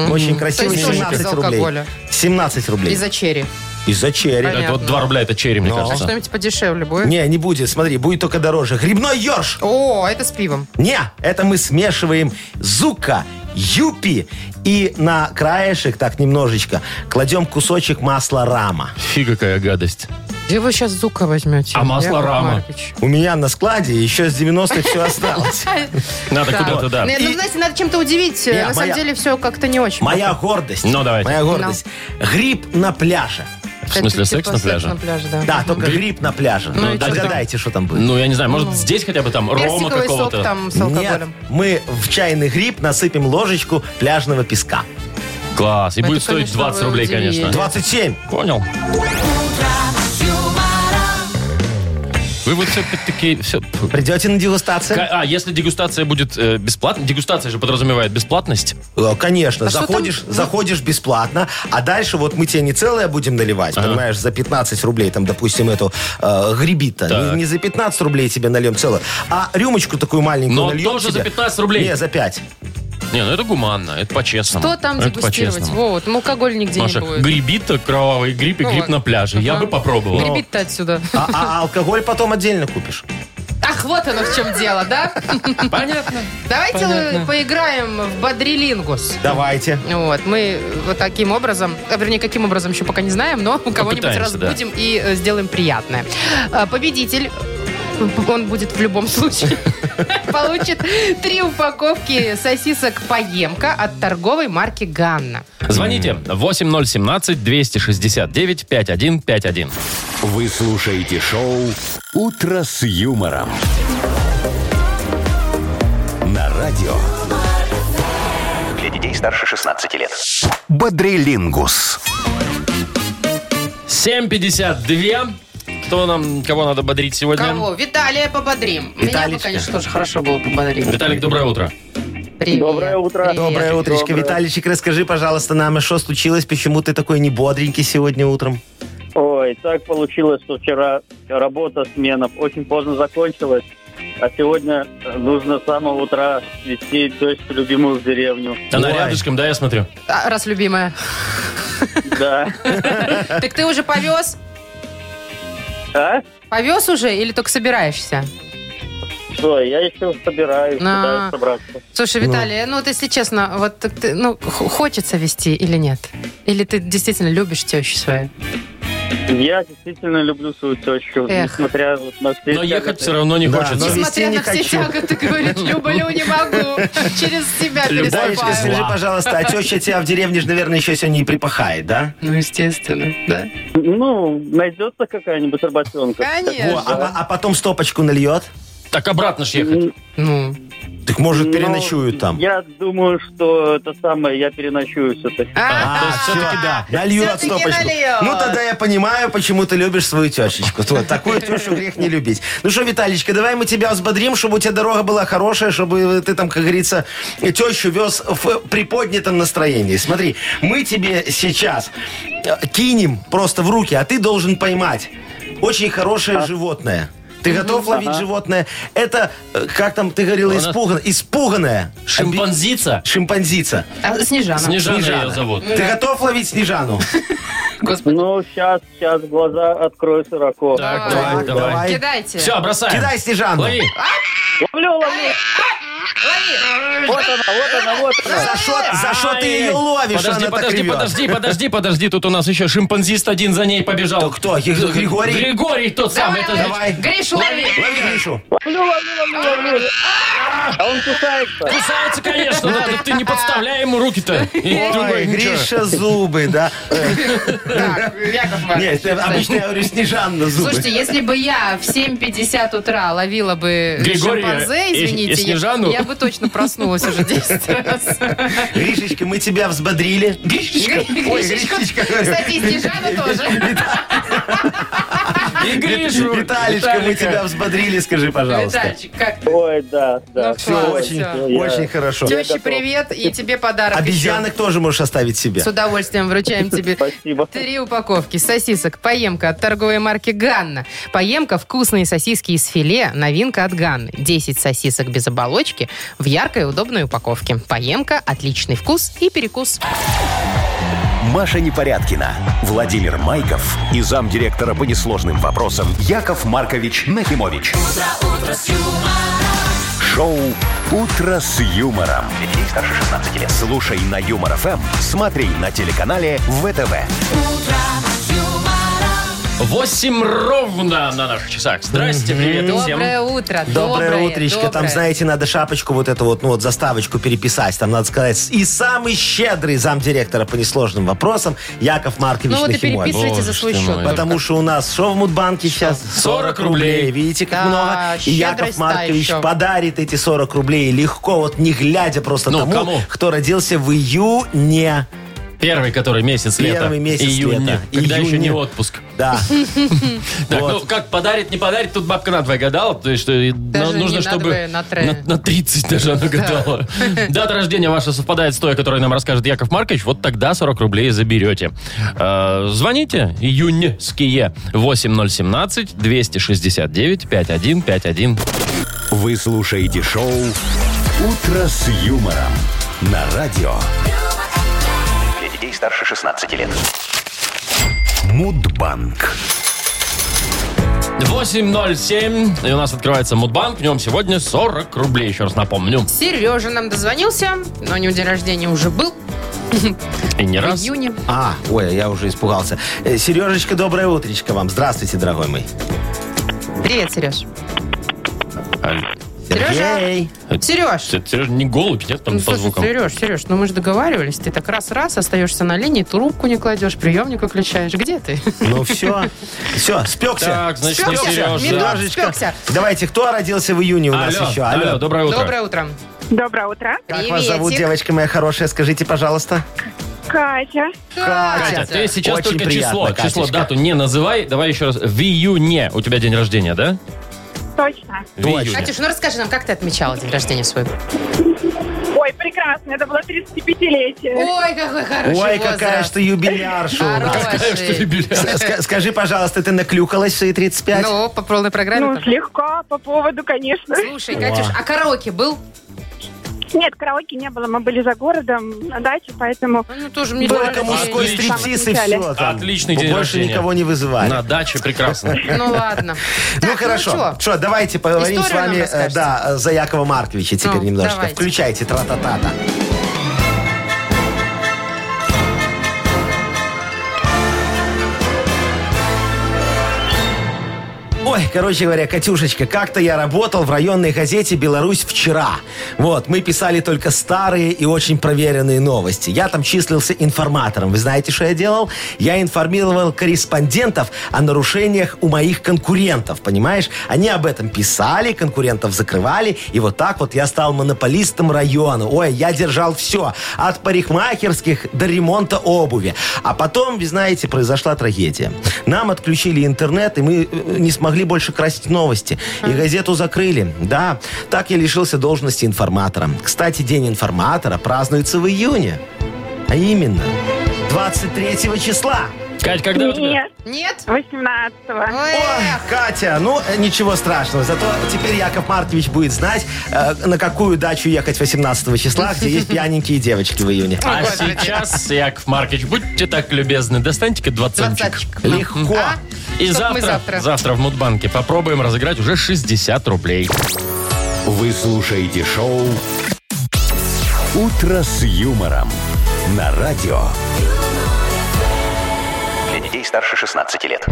Speaker 3: Очень красиво.
Speaker 2: То есть тоже без
Speaker 3: 17 рублей.
Speaker 2: алкоголя.
Speaker 3: 17 рублей.
Speaker 2: И за черри.
Speaker 3: Из-за черри.
Speaker 1: Это вот
Speaker 2: понятно.
Speaker 1: 2 рубля, это черри, мне
Speaker 3: Ну.
Speaker 2: А
Speaker 1: кажется.
Speaker 2: что-нибудь подешевле будет?
Speaker 3: Не, не будет, смотри, будет только дороже. Грибной ерш.
Speaker 2: О, это с пивом.
Speaker 3: Не, это мы смешиваем зука, юпи и на краешек, так немножечко, кладем кусочек масла рама.
Speaker 1: Фи, какая гадость.
Speaker 2: Где вы сейчас зука возьмете?
Speaker 1: А масло
Speaker 2: Яков
Speaker 1: рама?
Speaker 2: Маркович?
Speaker 3: У меня на складе еще с 90-х все осталось.
Speaker 1: Надо куда-то, да.
Speaker 2: Не, А, Ну,
Speaker 3: И-
Speaker 2: знаете, надо чем-то удивить.
Speaker 3: Не,
Speaker 2: На самом
Speaker 3: моя-
Speaker 2: деле все как-то не очень.
Speaker 3: Моя гордость.
Speaker 1: Ну, давайте.
Speaker 3: Моя гордость. Гриб на пляже.
Speaker 1: В
Speaker 2: Это
Speaker 1: смысле,
Speaker 2: типа
Speaker 1: секс на
Speaker 2: секс
Speaker 1: пляже?
Speaker 2: пляже, да.
Speaker 3: Да, только гриб на пляже.
Speaker 2: Ну и чё
Speaker 3: Догадайте, что там будет.
Speaker 1: Ну, я не знаю, может, здесь хотя бы там рома
Speaker 2: Персиковый сок
Speaker 1: какого-то.
Speaker 2: там с алкоголем.
Speaker 3: Нет, мы в чайный гриб насыпем ложечку пляжного песка.
Speaker 1: Класс. И
Speaker 2: Это,
Speaker 1: будет стоить
Speaker 2: конечно,
Speaker 1: 20
Speaker 2: вы
Speaker 1: рублей,
Speaker 2: удивили.
Speaker 1: конечно.
Speaker 3: 27.
Speaker 1: Понял. Вы вот все-таки... Все...
Speaker 3: Придете на дегустацию?
Speaker 1: А, если дегустация будет э, бесплатной, дегустация же подразумевает бесплатность.
Speaker 3: Э, Конечно,
Speaker 2: А что
Speaker 3: заходишь,
Speaker 2: там?
Speaker 3: заходишь бесплатно, а дальше вот мы тебе не целое будем наливать, понимаешь, за 15 рублей, там, допустим, эту э, гребита.
Speaker 1: Так.
Speaker 3: Не, не за 15 рублей тебе нальем целую, а рюмочку такую маленькую
Speaker 1: Но
Speaker 3: нальем
Speaker 1: тоже
Speaker 3: тебе.
Speaker 1: за 15 рублей.
Speaker 3: Не, за 5.
Speaker 1: Не, ну это гуманно, это по-честному.
Speaker 2: Кто там
Speaker 1: Ну, Это
Speaker 2: дегустировать?
Speaker 1: по-честному.
Speaker 2: Вот, ну алкоголь нигде
Speaker 1: Маша,
Speaker 2: не будет.
Speaker 1: грибит кровавый гриб и
Speaker 2: Ну
Speaker 1: гриб
Speaker 2: ладно.
Speaker 1: на пляже. Я
Speaker 2: Ага.
Speaker 1: бы попробовал.
Speaker 2: Гребит-то отсюда.
Speaker 3: А, а алкоголь потом отдельно купишь.
Speaker 2: Ах, вот оно в чем дело, да?
Speaker 1: Понятно.
Speaker 2: Давайте
Speaker 1: Понятно.
Speaker 2: поиграем в бодрилингус.
Speaker 3: Давайте.
Speaker 2: Вот, мы вот таким образом, а, вернее, каким образом еще пока не знаем, но кого-нибудь
Speaker 1: Попытаемся, да.
Speaker 2: разбудим и э, сделаем приятное. А, Победитель, э, он будет в любом (laughs) случае, получит три упаковки сосисок «Поемка» от торговой марки «Ганна».
Speaker 1: Звоните 8017-269-5151.
Speaker 4: Вы слушаете шоу «Утро с юмором». На радио
Speaker 7: Для детей старше 16 лет.
Speaker 4: «Бодрилингус».
Speaker 1: 752. Кто нам, кого надо бодрить сегодня?
Speaker 2: Кого? Виталия пободрим. Меня бы,
Speaker 3: Виталичка.
Speaker 2: конечно, тоже хорошо было пободрить.
Speaker 1: Виталик, доброе утро.
Speaker 2: Привет.
Speaker 6: Доброе утро.
Speaker 2: Привет.
Speaker 3: Доброе утречко. Виталичек, расскажи, пожалуйста, нам, э, что случилось, почему ты такой небодренький сегодня утром?
Speaker 6: Ой, так получилось, что вчера работа смена очень поздно закончилась. А сегодня нужно с самого утра вести дочку любимую в деревню.
Speaker 1: Она
Speaker 3: Ой.
Speaker 1: рядышком, да, я смотрю.
Speaker 2: А, Раз любимая.
Speaker 1: (laughs)
Speaker 6: Да.
Speaker 2: Так ты уже повез?
Speaker 6: А?
Speaker 2: Повез уже или только собираешься?
Speaker 6: Что, я еще собираюсь,
Speaker 2: На.
Speaker 6: пытаюсь собраться.
Speaker 2: Слушай, Виталий, ну, вот если честно, вот так ты, ну, х- хочется вести или нет? Или ты действительно любишь тещу свою?
Speaker 6: Я действительно люблю свою тещу,
Speaker 2: Эх.
Speaker 6: несмотря вот на все...
Speaker 1: Но ехать все равно не
Speaker 3: Да, ну,
Speaker 1: хочется.
Speaker 3: но вести
Speaker 2: Несмотря
Speaker 3: не
Speaker 2: на все
Speaker 3: хочу.
Speaker 2: тяготы, говорит, люблю, не могу. Через себя
Speaker 1: Любовь
Speaker 3: Виталичка,
Speaker 1: из
Speaker 2: переступаю.
Speaker 3: скажи, пожалуйста, а теща тебя в деревне же, наверное, еще сегодня и припахает, да?
Speaker 2: Ну, естественно, да.
Speaker 6: Ну, найдется какая-нибудь работенка.
Speaker 3: Во,
Speaker 2: Конечно.
Speaker 3: а, по- а потом стопочку нальет?
Speaker 1: Так обратно ж ехать.
Speaker 2: Ну,
Speaker 3: Так может
Speaker 6: Ну,
Speaker 3: переночуют там?
Speaker 6: Я думаю, что это самое, я переночую все-таки.
Speaker 1: А, то есть
Speaker 3: всё,
Speaker 1: всё-таки да.
Speaker 3: Налью от
Speaker 2: Всё-таки
Speaker 3: стопочку.
Speaker 2: нальет.
Speaker 3: Ну, тогда я понимаю, почему ты любишь свою тещечку. Вот, такую тешу грех не любить. Ну что, Виталичка, давай мы тебя взбодрим, чтобы у тебя дорога была хорошая, чтобы ты там, как говорится, тещу вез в приподнятом настроении. Смотри, мы тебе сейчас э, кинем просто в руки, а ты должен поймать очень хорошее животное. Ты готов ловить животное? Это, э, как там ты говорила,
Speaker 1: Она-
Speaker 3: испуган- испуганное. Оби-
Speaker 1: Шимпанзица?
Speaker 3: Шимпанзица.
Speaker 2: а Снежана.
Speaker 1: Снежана
Speaker 3: Снежана.
Speaker 1: ее зовут.
Speaker 3: Ты готов ловить Снежану?
Speaker 6: Ну, сейчас, сейчас глаза открою широко.
Speaker 1: Так,
Speaker 2: Давай,
Speaker 1: давай, давай.
Speaker 3: давай.
Speaker 2: Кидайте.
Speaker 1: Все, бросаем.
Speaker 3: Кидай Снежану.
Speaker 1: Лови.
Speaker 6: Ловлю, ловлю. Вот она, вот она, вот она.
Speaker 3: За что, за шо ты ее ловишь?
Speaker 1: Подожди,
Speaker 3: она
Speaker 1: подожди,
Speaker 3: так ревет?
Speaker 1: подожди, подожди, подожди. Тут у нас еще шимпанзист один за ней побежал.
Speaker 3: То кто? Г- Григорий?
Speaker 1: Григорий тот самый. это же-
Speaker 3: Давай.
Speaker 2: Гришу, лови.
Speaker 3: Лови Гришу.
Speaker 6: Ловлю, ловлю, ловлю, ловлю. А он кусается.
Speaker 1: (laughs) Кусается, конечно, да. так Ты не подставляй ему руки-то. И другой
Speaker 3: Ой,
Speaker 1: ничего.
Speaker 3: Гриша зубы, да?
Speaker 2: Так, Яков Маркович,
Speaker 3: Нет, я- обычно я говорю Снежанна зубы.
Speaker 2: Слушайте, если бы я в 7.50 утра ловила бы
Speaker 1: Григория
Speaker 2: шимпанзе,
Speaker 1: и-
Speaker 2: извините,
Speaker 1: и
Speaker 2: я-
Speaker 1: Снежану.
Speaker 2: я бы точно проснулась уже 10 раз.
Speaker 3: Гришечка, мы тебя взбодрили. Ой, Гришечка, говорю.
Speaker 2: Кстати, и Снежана тоже.
Speaker 1: И Гришу.
Speaker 3: Виталечка, мы тебя взбодрили, скажи, пожалуйста.
Speaker 2: Витальчик, как ты?
Speaker 6: Ой, да, да.
Speaker 2: Ну,
Speaker 3: Все
Speaker 2: Класс,
Speaker 3: очень,
Speaker 2: всё.
Speaker 3: очень хорошо.
Speaker 2: Теще
Speaker 6: готов.
Speaker 2: привет и тебе подарок.
Speaker 3: Обезьянок тоже можешь оставить себе.
Speaker 2: еще. С удовольствием вручаем тебе
Speaker 6: (laughs) Спасибо.
Speaker 2: Три упаковки сосисок «Поемка» от торговой марки «Ганна». «Поемка» – вкусные сосиски из филе, новинка от «Ганны». 10 сосисок без оболочки в яркой и удобной упаковке. «Поемка» – отличный вкус и перекус.
Speaker 4: Маша Непорядкина, Владимир Майков и замдиректора по несложным вопросам Яков Маркович Нахимович. Шоу «Утро с юмором».
Speaker 7: Для детей старше 16 лет.
Speaker 4: Слушай на Юмор ФМ, смотри на телеканале ВТВ.
Speaker 1: 8 ровно на наших часах. Здрасте, привет всем.
Speaker 2: Доброе утро.
Speaker 3: Доброе, утречко.
Speaker 2: доброе.
Speaker 3: Там, знаете, надо шапочку вот эту вот, ну вот заставочку переписать. Там надо сказать, и самый щедрый замдиректора по несложным вопросам Яков Маркович
Speaker 2: Ну вот и
Speaker 3: Нахимович.
Speaker 2: переписывайте за
Speaker 1: Боже
Speaker 2: свой
Speaker 1: ты
Speaker 2: счет.
Speaker 1: мой.
Speaker 3: Потому что у нас что в Мудбанке сейчас?
Speaker 1: 40 рублей.
Speaker 3: Видите, как
Speaker 2: Да,
Speaker 3: много? И Яков
Speaker 2: А, щедрость та
Speaker 3: Маркович
Speaker 2: еще.
Speaker 3: подарит эти 40 рублей легко, вот не глядя просто
Speaker 1: Ну,
Speaker 3: тому,
Speaker 1: кому?
Speaker 3: кто родился в июне.
Speaker 1: Первый, который месяц лета.
Speaker 3: Первый месяц
Speaker 1: Июня.
Speaker 3: лета.
Speaker 1: Когда еще
Speaker 3: Июня.
Speaker 1: не отпуск.
Speaker 2: (laughs)
Speaker 3: Да.
Speaker 1: Так,
Speaker 3: Вот.
Speaker 1: ну, как подарит, не подарит, тут бабка надвое гадала. То есть, э,
Speaker 2: Даже
Speaker 1: но нужно,
Speaker 2: не
Speaker 1: чтобы
Speaker 2: надвое, на трое.
Speaker 1: на, на 30 даже она
Speaker 2: (laughs)
Speaker 1: гадала. Дата рождения ваша совпадает с той, о которой нам расскажет Яков Маркович. Вот тогда 40 рублей заберете. Э, Звоните. Июньские. 8017-269-5151.
Speaker 4: Вы слушаете шоу «Утро с юмором» на радио
Speaker 7: Для детей старше 16 лет.
Speaker 4: Мудбанк.
Speaker 1: 8.07. И у нас открывается Мудбанк. В нем сегодня 40 рублей. Еще раз напомню.
Speaker 2: Сережа нам дозвонился, но у него день рождения уже был
Speaker 1: И не
Speaker 2: в
Speaker 1: раз.
Speaker 2: июне.
Speaker 3: А, ой, я уже испугался. Э, Сережечка, доброе утречко вам. Здравствуйте, дорогой мой.
Speaker 2: Привет, Сереж. Сережа?
Speaker 3: Сергей.
Speaker 2: Сереж.
Speaker 1: А, Сережа, не голубь, нет, там
Speaker 2: Ну,
Speaker 1: по
Speaker 2: слушай,
Speaker 1: звукам.
Speaker 2: Сереж, Сереж, ну мы же договаривались, ты так раз-раз остаешься на линии, трубку не кладешь, приемник выключаешь. Где ты?
Speaker 3: Ну все. Все, спекся.
Speaker 1: Так, значит, не
Speaker 2: Спёкся.
Speaker 1: Сережа.
Speaker 2: Медведь.
Speaker 1: да.
Speaker 3: Сережечка.
Speaker 2: спёкся.
Speaker 3: Давайте, кто родился в июне у нас еще?
Speaker 1: алло,
Speaker 3: Алло.
Speaker 1: доброе утро.
Speaker 2: Доброе утро.
Speaker 8: Доброе утро.
Speaker 3: Как вас зовут,
Speaker 2: Приветик.
Speaker 3: девочка моя хорошая? Скажите, пожалуйста.
Speaker 8: Катя.
Speaker 1: Катя,
Speaker 3: Катя.
Speaker 1: ты сейчас
Speaker 3: Очень
Speaker 1: только
Speaker 3: приятно,
Speaker 1: число, число,
Speaker 3: Катюшка.
Speaker 1: дату не называй. Давай еще раз. В июне у тебя день рождения, да?
Speaker 8: Точно.
Speaker 1: В
Speaker 3: Точно.
Speaker 1: июне. (laughs)
Speaker 2: Катюш, ну расскажи нам, как ты отмечала день рождения свой?
Speaker 8: Ой, прекрасно. Это было 35-летие.
Speaker 2: Ой, какой хороший
Speaker 3: Ой, какая
Speaker 2: возраст.
Speaker 3: что юбилярша у нас.
Speaker 2: Хороший.
Speaker 1: Какая ж ты юбиляр.
Speaker 3: С- ска- Скажи, пожалуйста, ты наклюкалась в свои 35?
Speaker 2: Ну, по полной программе.
Speaker 8: Ну,
Speaker 2: там.
Speaker 8: слегка, по поводу, конечно.
Speaker 2: Слушай, Катюш, а караоке был?
Speaker 8: Нет, караоке не было. Мы были за городом, на даче, поэтому...
Speaker 2: Ну, тоже мне
Speaker 3: Только
Speaker 1: Отлично.
Speaker 3: мужской стриптиз и все.
Speaker 1: Отличный день
Speaker 3: Больше
Speaker 1: рождения.
Speaker 3: никого не вызывали.
Speaker 1: На даче прекрасно.
Speaker 2: Ну, ладно.
Speaker 3: (laughs) Ну
Speaker 2: Так,
Speaker 3: хорошо.
Speaker 2: чё?
Speaker 3: Что, давайте поговорим
Speaker 2: Историю
Speaker 3: с вами
Speaker 2: нам
Speaker 3: э,
Speaker 2: расскажете?
Speaker 3: да, э, за Якова Марковича теперь
Speaker 2: Ну,
Speaker 3: немножко.
Speaker 2: давайте.
Speaker 3: Включайте тра-та-та-та. Ой, короче говоря, Катюшечка, как-то я работал в районной газете «Беларусь вчера». Вот, мы писали только старые и очень проверенные новости. Я там числился информатором. Вы знаете, что я делал? Я информировал корреспондентов о нарушениях у моих конкурентов, понимаешь? Они об этом писали, конкурентов закрывали, и вот так вот я стал монополистом района. Ой, я держал все. От парикмахерских до ремонта обуви. А потом, вы знаете, произошла трагедия. Нам отключили интернет, и мы э, не смогли больше красить новости. И газету закрыли. Да, так я лишился должности информатора. Кстати, День информатора празднуется в июне. А именно, 23 числа.
Speaker 1: Кать, когда у тебя?
Speaker 8: Нет,
Speaker 2: Нет?
Speaker 8: 18-го.
Speaker 2: Ой,
Speaker 3: Ой, Катя, ну э, ничего страшного. Зато теперь Яков Маркович будет знать, э, на какую дачу ехать 18 числа,
Speaker 2: (laughs)
Speaker 3: где есть пьяненькие девочки в июне.
Speaker 1: А сейчас, Яков Маркович, будьте так любезны, достаньте-ка двадцатчик.
Speaker 2: Двадцатчик.
Speaker 3: Легко.
Speaker 2: А?
Speaker 1: И
Speaker 2: Чтоб мы
Speaker 1: завтра, завтра,
Speaker 2: завтра.
Speaker 1: в Мудбанке попробуем разыграть уже 60 рублей.
Speaker 4: Вы слушаете шоу «Утро с юмором» на радио.
Speaker 7: Для детей старше 16 лет.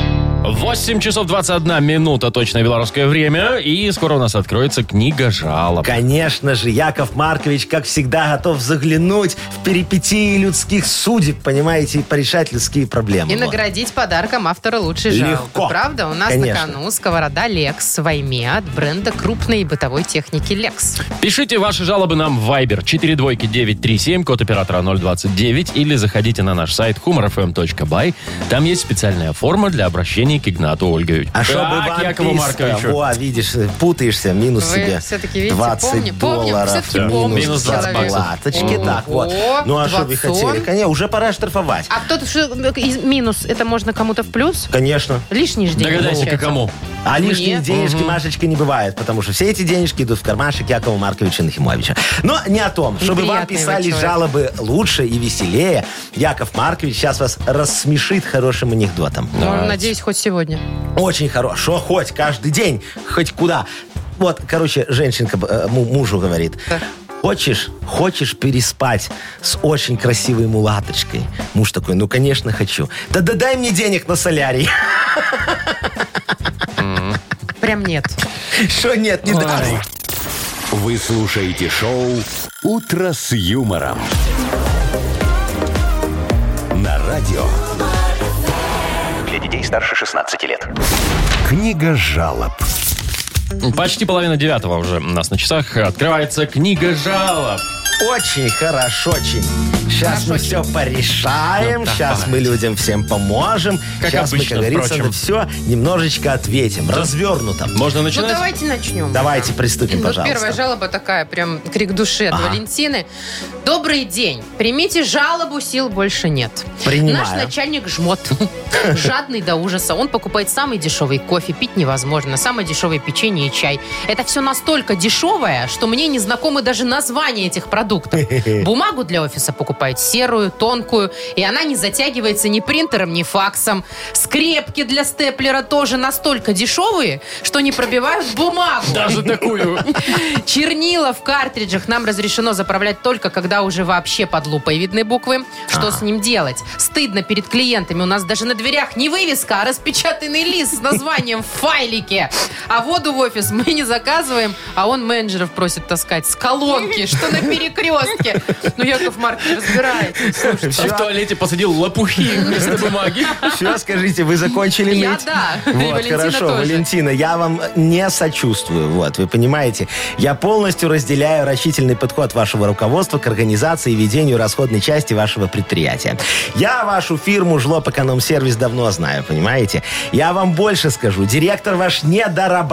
Speaker 1: 8 часов 21 минута, точно белорусское время. И скоро у нас откроется книга жалоб.
Speaker 3: Конечно же, Яков Маркович, как всегда, готов заглянуть в перипетии людских судеб, понимаете, и порешать людские проблемы.
Speaker 2: И
Speaker 3: Вот.
Speaker 2: наградить подарком автора лучшей жалобы.
Speaker 3: Легко.
Speaker 2: Правда, у нас
Speaker 3: Конечно.
Speaker 2: на кону сковорода Lex в Айме от бренда крупной бытовой техники Lex.
Speaker 1: Пишите ваши жалобы нам в Viber 42937, код оператора 029, или заходите на наш сайт humorfm.by. Там есть специальная форма для обращения к Игнату Ольговичу.
Speaker 3: А чтобы
Speaker 1: Так,
Speaker 3: вам
Speaker 1: Якову
Speaker 3: писто.
Speaker 1: Марковичу.
Speaker 3: Во, видишь, путаешься, минус
Speaker 2: Вы
Speaker 3: себе.
Speaker 2: все-таки видите,
Speaker 3: 20
Speaker 2: помни- помним,
Speaker 3: долларов,
Speaker 2: все-таки помним
Speaker 3: минус
Speaker 1: человека.
Speaker 3: зарплаточки, так вот.
Speaker 2: Ого,
Speaker 3: Ну а что вы
Speaker 2: 20?
Speaker 3: хотели? Конечно, уже пора штрафовать.
Speaker 2: А кто-то что, из минус, это можно кому-то в плюс?
Speaker 3: Конечно.
Speaker 2: Лишние же деньги.
Speaker 1: Догадайся, ка
Speaker 2: получаются.
Speaker 1: кому.
Speaker 3: А
Speaker 2: Мне?
Speaker 3: лишние денежки, Машечка, не бывает, потому что все эти денежки идут в кармашек Якова Марковича Нахимовича. Но не о том. Чтобы вам
Speaker 2: Неприятный вы
Speaker 3: писали
Speaker 2: человек.
Speaker 3: жалобы лучше и веселее, Яков Маркович сейчас вас рассмешит хорошим анекдотом.
Speaker 2: Ну, надеюсь, хоть сегодня.
Speaker 3: Очень хорошо, хоть каждый день, хоть куда. Вот, короче, женщинка э, му- мужу говорит. Хочешь, хочешь переспать с очень красивой мулаточкой? Муж такой, ну, конечно, хочу. Да, да дай мне денег на солярий. (laughs)
Speaker 2: Прям нет.
Speaker 3: Что нет, не дай.
Speaker 4: Вы слушаете шоу «Утро с юмором» на радио.
Speaker 7: Для детей старше 16 лет.
Speaker 4: Книга жалоб.
Speaker 1: Почти половина девятого уже у нас на часах. Открывается книга жалоб.
Speaker 3: Очень хорошо, очень. Сейчас мы все порешаем,
Speaker 1: Ну,
Speaker 3: сейчас
Speaker 1: давайте.
Speaker 3: мы людям всем поможем.
Speaker 1: Как
Speaker 3: сейчас мы,
Speaker 1: обычно,
Speaker 3: как говорится,
Speaker 1: впрочем.
Speaker 3: на все немножечко ответим. Развернуто.
Speaker 1: Можно
Speaker 2: Ну,
Speaker 1: начинать?
Speaker 2: давайте начнем.
Speaker 3: Давайте
Speaker 1: Ну,
Speaker 3: приступим,
Speaker 2: Вот
Speaker 3: пожалуйста.
Speaker 2: первая жалоба такая, прям крик души от
Speaker 3: Ага.
Speaker 2: Валентины. Добрый день. Примите жалобу, сил больше нет.
Speaker 3: Принимаю.
Speaker 2: Наш начальник жмот. (laughs) Жадный до ужаса. Он покупает самый дешевый кофе. Пить невозможно. Самое дешевое печенье и чай. Это все настолько дешевое, что мне не знакомы даже названия этих продуктов. Бумагу для офиса покупает серую, тонкую. И она не затягивается ни принтером, ни факсом. Скрепки для степлера тоже настолько дешевые, что не пробивают бумагу.
Speaker 1: Даже такую.
Speaker 2: Чернила в картриджах нам разрешено заправлять только, когда уже вообще под лупой видны буквы. Что с ним делать? Стыдно перед клиентами. У нас даже на дверях не вывеска, а распечатанный лист с названием в файлике. А воду в офис мы не заказываем, а он менеджеров просит таскать с колонки, что на перекрестке. Ну, Яков Маркович разбирается. Слушай,
Speaker 1: А в туалете посадил лопухи вместо бумаги.
Speaker 3: Все, скажите, вы закончили
Speaker 2: Я
Speaker 3: мыть?
Speaker 2: да. И
Speaker 3: Вот,
Speaker 2: Валентина
Speaker 3: хорошо,
Speaker 2: тоже.
Speaker 3: Валентина, я вам не сочувствую, вот, вы понимаете. Я полностью разделяю рачительный подход вашего руководства к организации и ведению расходной части вашего предприятия. Я вашу фирму Жлоб Эконом-сервис давно знаю, понимаете? Я вам больше скажу, директор ваш не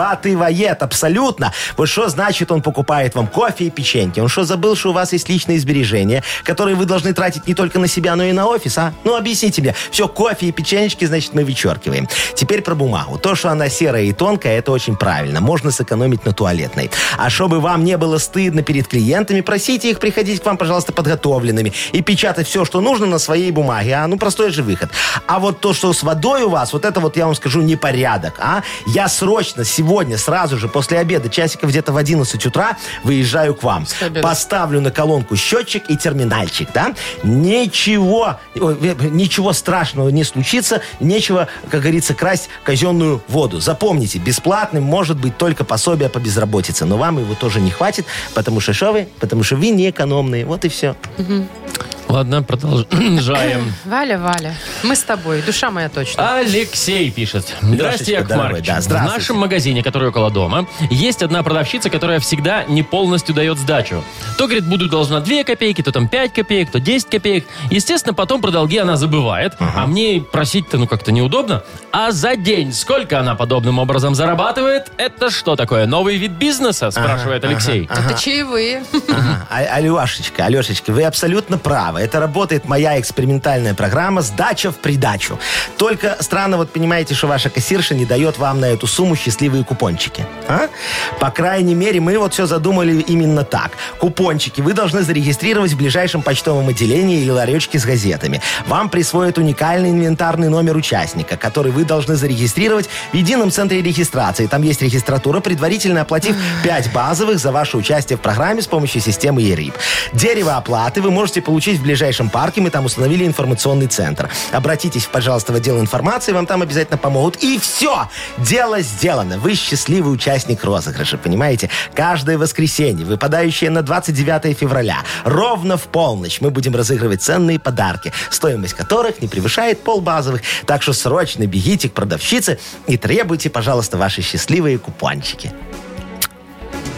Speaker 3: дорабатывает абсолютно. Вот что значит он покупает вам кофе и печеньки? Он что, забыл, что у вас есть личные сбережения, которые вы должны тратить не только на себя, но и на офис, а? Ну, объясните мне. Все, кофе и печенечки, значит, мы вычеркиваем. Теперь про бумагу. То, что она серая и тонкая, это очень правильно. Можно сэкономить на туалетной. А чтобы вам не было стыдно перед клиентами, просите их приходить к вам, пожалуйста, подготовленными и печатать все, что нужно на своей бумаге. А ну простой же выход. А вот то, что с водой у вас, вот это вот я вам скажу непорядок. А я срочно сегодня, сразу же после обеда, часиков где-то в 11 утра, выезжаю к вам.
Speaker 2: обеда.
Speaker 3: Поставлю на колонку счетчик и терминальчик, да? Ничего, ой, э, ничего страшного не случится, нечего, как говорится, красть казенную воду. Запомните, бесплатным может быть только пособие по безработице, но вам его тоже не хватит, потому что шо вы? Потому что вы неэкономные, вот и все.
Speaker 1: Ладно, продолжаем.
Speaker 2: Валя, Валя, мы с тобой. Душа моя точно.
Speaker 1: Алексей пишет. Здравствуйте, Яков
Speaker 3: дорогой.
Speaker 1: Маркович.
Speaker 3: Да,
Speaker 1: В
Speaker 3: здравствуйте.
Speaker 1: нашем магазине, который около дома, есть одна продавщица, которая всегда не полностью дает сдачу. То, говорит, буду должна 2 копейки, то там 5 копеек, то 10 копеек. Естественно, потом про долги она забывает, а мне просить-то ну как-то неудобно. А за день сколько она подобным образом зарабатывает? Это что такое? Новый вид бизнеса? Спрашивает Алексей.
Speaker 2: Это чаевые.
Speaker 3: Ага. А- Алешечка, Алешечка, вы абсолютно правы. Это работает моя экспериментальная программа «Сдача в придачу». Только странно, вот понимаете, что ваша кассирша не дает вам на эту сумму счастливые купончики. А? По крайней мере, мы вот все задумали именно так. Купончики вы должны зарегистрировать в ближайшем почтовом отделении или ларечке с газетами. Вам присвоят уникальный инвентарный номер участника, который вы должны зарегистрировать в едином центре регистрации. Там есть регистратура, предварительно оплатив 5 базовых за ваше участие в программе с помощью системы ЕРИП. Дерево оплаты вы можете получить в ближайшем парке. Мы там установили информационный центр. Обратитесь, пожалуйста, в отдел информации, вам там обязательно помогут. И все! Дело сделано. Вы счастливый участник розыгрыша, понимаете? Каждое воскресенье, выпадающее на 29 февраля, ровно в полночь мы будем разыгрывать ценные подарки, стоимость которых не превышает полбазовых. Так что срочно бегите к продавщице и требуйте, пожалуйста, ваши счастливые купончики.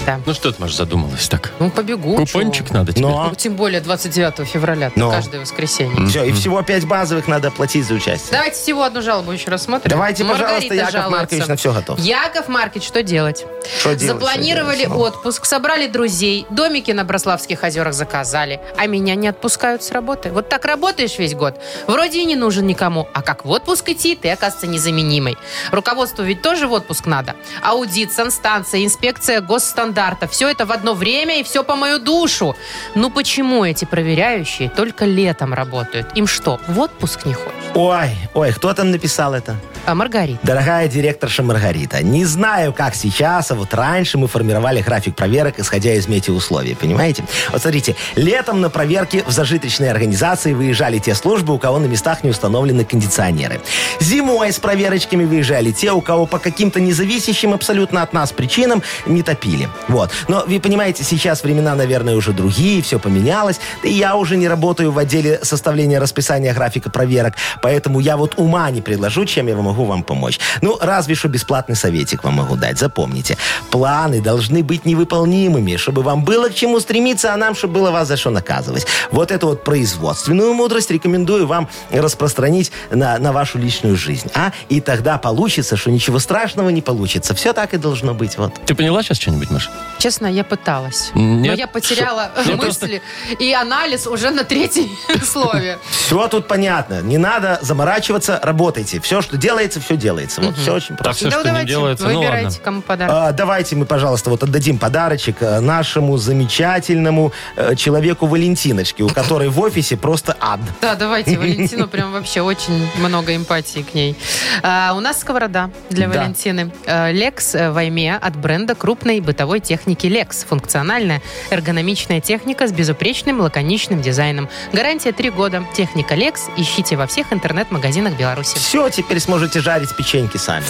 Speaker 2: Да.
Speaker 1: Ну что ты, Маша, задумалась так?
Speaker 2: Ну, побегу. чего.
Speaker 1: Купончик надо Ну. тебе?
Speaker 3: Но...
Speaker 2: Ну, тем более 29 февраля, это
Speaker 3: Но.
Speaker 2: каждое воскресенье.
Speaker 3: Все, и всего 5 базовых надо платить за участие.
Speaker 2: Давайте всего одну жалобу еще рассмотрим.
Speaker 3: Давайте,
Speaker 2: Маргарита
Speaker 3: пожалуйста, Яков
Speaker 2: жалуется.
Speaker 3: Маркович, на все готов.
Speaker 2: Яков Маркович, что делать?
Speaker 3: Что делать,
Speaker 2: Запланировали
Speaker 3: что делать?
Speaker 2: отпуск, собрали друзей, домики на Брославских озерах заказали, а меня не отпускают с работы. Вот так работаешь весь год. Вроде и не нужен никому, а как в отпуск идти, ты оказывается незаменимой. Руководству ведь тоже в отпуск надо. Аудит, санстанция, инспекция госстандартов. Все это в одно время и все по мою душу. Ну почему эти проверяющие только летом работают? Им что, в отпуск не хочет?
Speaker 3: Ой, ой, кто там написал это?
Speaker 2: А Маргарита?
Speaker 3: Дорогая директорша Маргарита, не знаю, как сейчас, а вот раньше мы формировали график проверок, исходя из метеоусловий, понимаете? Вот смотрите, летом на проверки в зажиточные организации выезжали те службы, у кого на местах не установлены кондиционеры. Зимой с проверочками выезжали те, у кого по каким-то независящим абсолютно от нас причинам не топили. Вот. Но вы понимаете, сейчас времена, наверное, уже другие, все поменялось, да и я уже не работаю в отделе составления расписания графика проверок, поэтому я вот ума не предложу, чем я вам могу могу вам помочь. Ну, разве что бесплатный советик вам могу дать. Запомните, планы должны быть невыполнимыми, чтобы вам было к чему стремиться, а нам, чтобы было вас за что наказывать. Вот эту вот производственную мудрость рекомендую вам распространить на, на вашу личную жизнь. А? И тогда получится, что ничего страшного не получится. Все так и должно быть. Вот.
Speaker 1: Ты поняла сейчас что-нибудь, Маш?
Speaker 2: Честно, я пыталась. Но
Speaker 1: Нет?
Speaker 2: Ну, я потеряла
Speaker 1: Что? (laughs) Ну,
Speaker 2: мысли и анализ уже на третьем (laughs) слове.
Speaker 3: Все тут понятно. Не надо заморачиваться, работайте. Все, что делается, все делается. Вот все очень
Speaker 1: Так
Speaker 3: просто.
Speaker 1: все,
Speaker 2: Ну,
Speaker 1: что не
Speaker 2: давайте,
Speaker 1: делается, ну ладно.
Speaker 2: выбирайте, кому подарок.
Speaker 3: А, Давайте мы, пожалуйста, вот отдадим подарочек э, нашему замечательному э, человеку Валентиночке, у которой в офисе просто ад.
Speaker 1: (laughs)
Speaker 2: Да, давайте, Валентину прям вообще очень много эмпатии к ней. А, у нас сковорода для
Speaker 3: Да.
Speaker 2: Валентины. Э, Lex э, Ваймеа от бренда крупной бытовой техники Lex. Функциональная эргономичная техника с безупречным лаконичным дизайном. Гарантия 3 года. Техника Lex ищите во всех интернет-магазинах Беларуси.
Speaker 3: Все, теперь сможете жарить печеньки сами.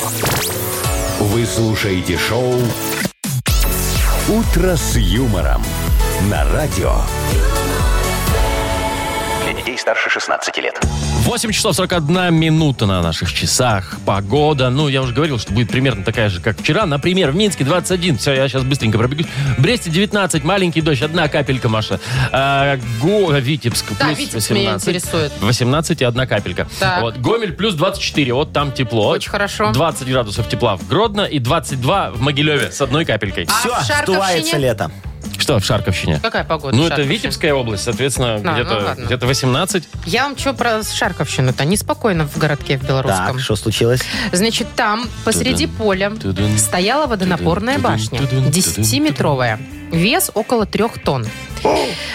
Speaker 4: Вы слушаете шоу «Утро с юмором» на радио.
Speaker 7: Для детей старше 16 лет.
Speaker 1: 8 часов 41 минута на наших часах. Погода. Ну, я уже говорил, что будет примерно такая же, как вчера. Например, в Минске 21. Все, я сейчас быстренько пробегусь. В Бресте 19. Маленький дождь. Одна капелька, Маша. А, Го... Витебск
Speaker 2: Да,
Speaker 1: плюс
Speaker 2: Витебск
Speaker 1: 18.
Speaker 2: меня интересует.
Speaker 1: 18 и одна капелька.
Speaker 2: Так.
Speaker 1: Вот. Гомель плюс 24. Вот там тепло.
Speaker 2: Очень хорошо.
Speaker 1: 20 градусов тепла в Гродно и 22 в Могилеве с одной капелькой.
Speaker 2: А
Speaker 3: Все,
Speaker 2: в Шарковщине?
Speaker 3: сдувается лето.
Speaker 1: Что в Шарковщине?
Speaker 2: Какая погода?
Speaker 1: Ну,
Speaker 2: в
Speaker 1: это
Speaker 2: Шарковщине?
Speaker 1: Витебская область, соответственно,
Speaker 2: А, ну
Speaker 1: где-то
Speaker 2: ладно.
Speaker 1: где 18.
Speaker 2: Я вам что про Шарковщину-то? Неспокойно в городке в Белорусском.
Speaker 3: Так, что случилось?
Speaker 2: Значит, там посреди поля
Speaker 1: Тудун.
Speaker 2: стояла водонапорная
Speaker 1: Тудун,
Speaker 2: башня.
Speaker 1: тудун, тудун,
Speaker 2: Десятиметровая. Вес около трех тонн.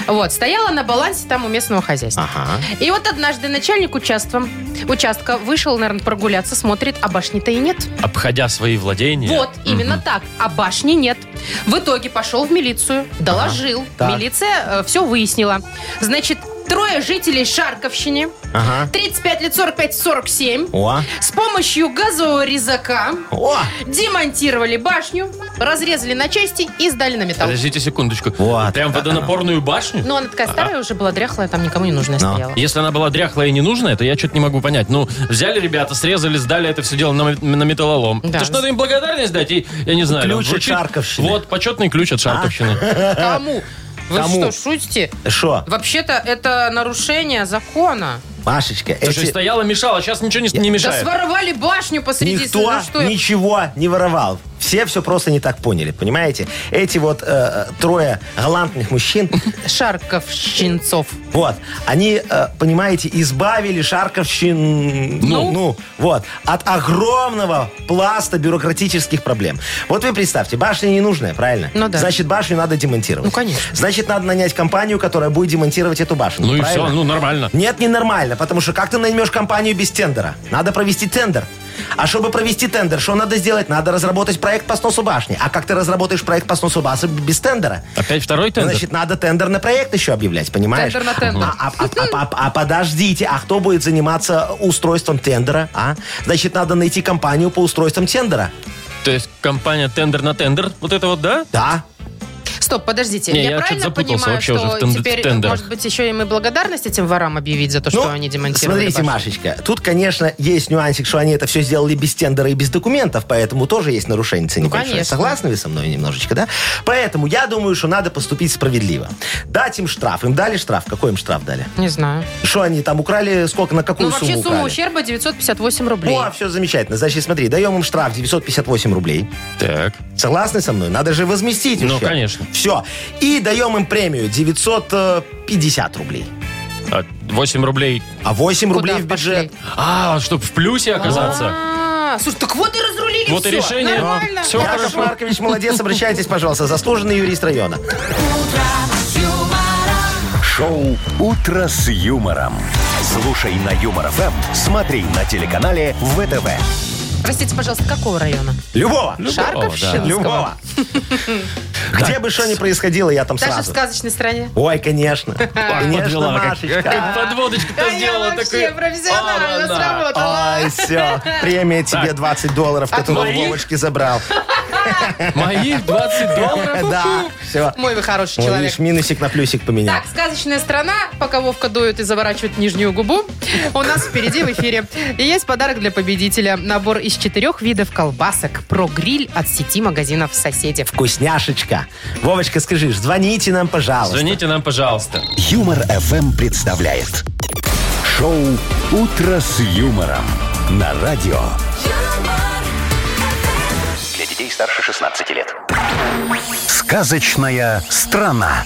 Speaker 2: Вот, стояла на балансе там у местного хозяйства.
Speaker 3: Ага.
Speaker 1: А.
Speaker 2: И вот однажды начальник участка, участка вышел, наверное, прогуляться, смотрит, а башни-то и нет.
Speaker 1: Обходя свои владения.
Speaker 2: Вот, именно так. А башни нет. В итоге пошел в милицию, доложил.
Speaker 3: так.
Speaker 2: Милиция все выяснила. Значит, трое жителей Шарковщины,
Speaker 3: Ага.
Speaker 2: 35 лет 45, 47,
Speaker 3: О.
Speaker 2: с помощью газового резака
Speaker 3: О!
Speaker 2: демонтировали башню, разрезали на части и сдали на металл.
Speaker 1: Подождите секундочку.
Speaker 3: Вот.
Speaker 1: Прям водонапорную башню?
Speaker 2: Ну, она такая старая уже была, дряхлая, там никому не нужная
Speaker 3: Ну.
Speaker 2: стояла.
Speaker 1: Если она была дряхлая и ненужная, то я что-то не могу понять. Ну, взяли ребята, срезали, сдали это все дело на, на металлолом.
Speaker 2: Да.
Speaker 1: Это что, надо им благодарность дать? И, я не знаю.
Speaker 3: Ключ от
Speaker 1: вручить-
Speaker 3: Шарковщины. А?
Speaker 1: Вот, почетный ключ от
Speaker 3: (laughs)
Speaker 1: Шарковщины.
Speaker 2: Кому? Вы
Speaker 3: Кому?
Speaker 2: что, шутите?
Speaker 3: Что,
Speaker 2: Вообще-то это нарушение закона.
Speaker 3: Машечка,
Speaker 1: То есть
Speaker 3: эти-
Speaker 1: стояла, мешала, сейчас а ничего не, не
Speaker 2: Да
Speaker 1: мешает.
Speaker 2: своровали башню посреди...
Speaker 3: Никто
Speaker 2: ну что я-
Speaker 3: ничего не воровал. Все все просто не так поняли, понимаете? Эти вот э, трое галантных мужчин,
Speaker 2: Шарковщинцов.
Speaker 3: вот, они, э, понимаете, избавили Шарковщин, ну, ну, вот, от огромного пласта бюрократических проблем. Вот вы представьте, башня ненужная, правильно?
Speaker 2: Ну да.
Speaker 3: Значит, башню надо демонтировать.
Speaker 2: Ну, конечно.
Speaker 3: Значит, надо нанять компанию, которая будет демонтировать эту башню.
Speaker 1: Ну и
Speaker 3: правильно?
Speaker 1: все, ну нормально.
Speaker 3: Нет, ненормально, потому что как ты наймешь компанию без тендера? Надо провести тендер. А чтобы провести тендер, что надо сделать? Надо разработать проект по сносу башни. А как ты разработаешь проект по сносу башни без тендера?
Speaker 1: Опять второй тендер?
Speaker 3: Значит, надо тендер на проект еще объявлять, понимаешь?
Speaker 2: Тендер на тендер.
Speaker 3: А, а- а- а- а- а подождите, а кто будет заниматься устройством тендера, а? Значит, надо найти компанию по устройствам тендера.
Speaker 1: То есть компания тендер на тендер? Вот это вот, да?
Speaker 3: Да.
Speaker 2: Стоп, подождите,
Speaker 1: Не,
Speaker 2: я,
Speaker 1: я
Speaker 2: правильно
Speaker 1: чё-то запутался
Speaker 2: понимаю,
Speaker 1: вообще уже
Speaker 2: что
Speaker 1: в тен-
Speaker 2: теперь,
Speaker 1: тендерах.
Speaker 2: может быть, еще и мы благодарность этим ворам объявить за то, что
Speaker 3: Ну,
Speaker 2: они демонтировали
Speaker 3: Смотрите,
Speaker 2: башню?
Speaker 3: Машечка, тут, конечно, есть нюансик, что они это все сделали без тендера и без документов, поэтому тоже есть нарушение небольшое.
Speaker 2: Ну, конечно.
Speaker 3: Согласны вы со мной немножечко, да? Поэтому я думаю, что надо поступить справедливо. Дать им штраф. Им дали штраф? Какой им штраф дали?
Speaker 2: Не знаю.
Speaker 3: Что они там украли? Сколько? На какую
Speaker 2: Ну, вообще
Speaker 3: сумму
Speaker 2: сумма
Speaker 3: украли?
Speaker 2: ущерба 958 рублей.
Speaker 3: О, все замечательно. Значит, смотри, даем им штраф 958 рублей.
Speaker 1: Так.
Speaker 3: Согласны со мной? Надо же возместить
Speaker 1: Ну,
Speaker 3: ущерб.
Speaker 1: конечно.
Speaker 3: Все. И даем им премию 950 рублей.
Speaker 1: 8 А рублей.
Speaker 3: А 8
Speaker 2: Куда
Speaker 3: рублей в
Speaker 2: пошли?
Speaker 3: бюджет.
Speaker 1: А, чтобы в плюсе оказаться.
Speaker 2: А, слушай, так вот и разрулили
Speaker 1: Вот и
Speaker 2: всё.
Speaker 1: решение.
Speaker 2: Нормально.
Speaker 1: Всё
Speaker 2: Да.
Speaker 3: Яков Маркович, молодец, обращайтесь, пожалуйста. Заслуженный юрист района.
Speaker 4: Шоу «Утро с юмором». Слушай на Юмор ФМ, смотри на телеканале ВТВ.
Speaker 2: Простите, пожалуйста, какого района?
Speaker 3: Любого.
Speaker 2: Шарковщина?
Speaker 3: Любого. Где бы что ни происходило, я там
Speaker 2: Даже в
Speaker 3: сразу.
Speaker 2: сказочной стране.
Speaker 3: Ой, конечно. Конечно,
Speaker 1: подвела, как-
Speaker 3: Машечка.
Speaker 1: Подводочку-то
Speaker 2: А
Speaker 1: сделала
Speaker 2: я вообще
Speaker 1: такую.
Speaker 2: профессионально
Speaker 1: А, да.
Speaker 2: сработала.
Speaker 3: Ой, все. Премия тебе 20 долларов, которую
Speaker 1: моих?
Speaker 3: Вовочки забрал.
Speaker 1: Моих
Speaker 3: (laughs)
Speaker 1: 20 долларов?
Speaker 3: Да, все.
Speaker 2: Мой вы хороший человек.
Speaker 3: Видишь, минусик на плюсик поменял.
Speaker 2: Так, сказочная страна, пока Вовка дует и заворачивает нижнюю губу, у нас впереди в эфире. И есть подарок для победителя. Набор из четырех видов колбасок. Про гриль от сети магазинов «Соседи».
Speaker 3: Вкусняшечка. Вовочка, скажи, ж, звоните нам, пожалуйста.
Speaker 1: Звоните нам, пожалуйста.
Speaker 4: Юмор FM представляет шоу Утро с юмором на радио.
Speaker 7: Для детей старше 16 лет.
Speaker 4: Сказочная страна.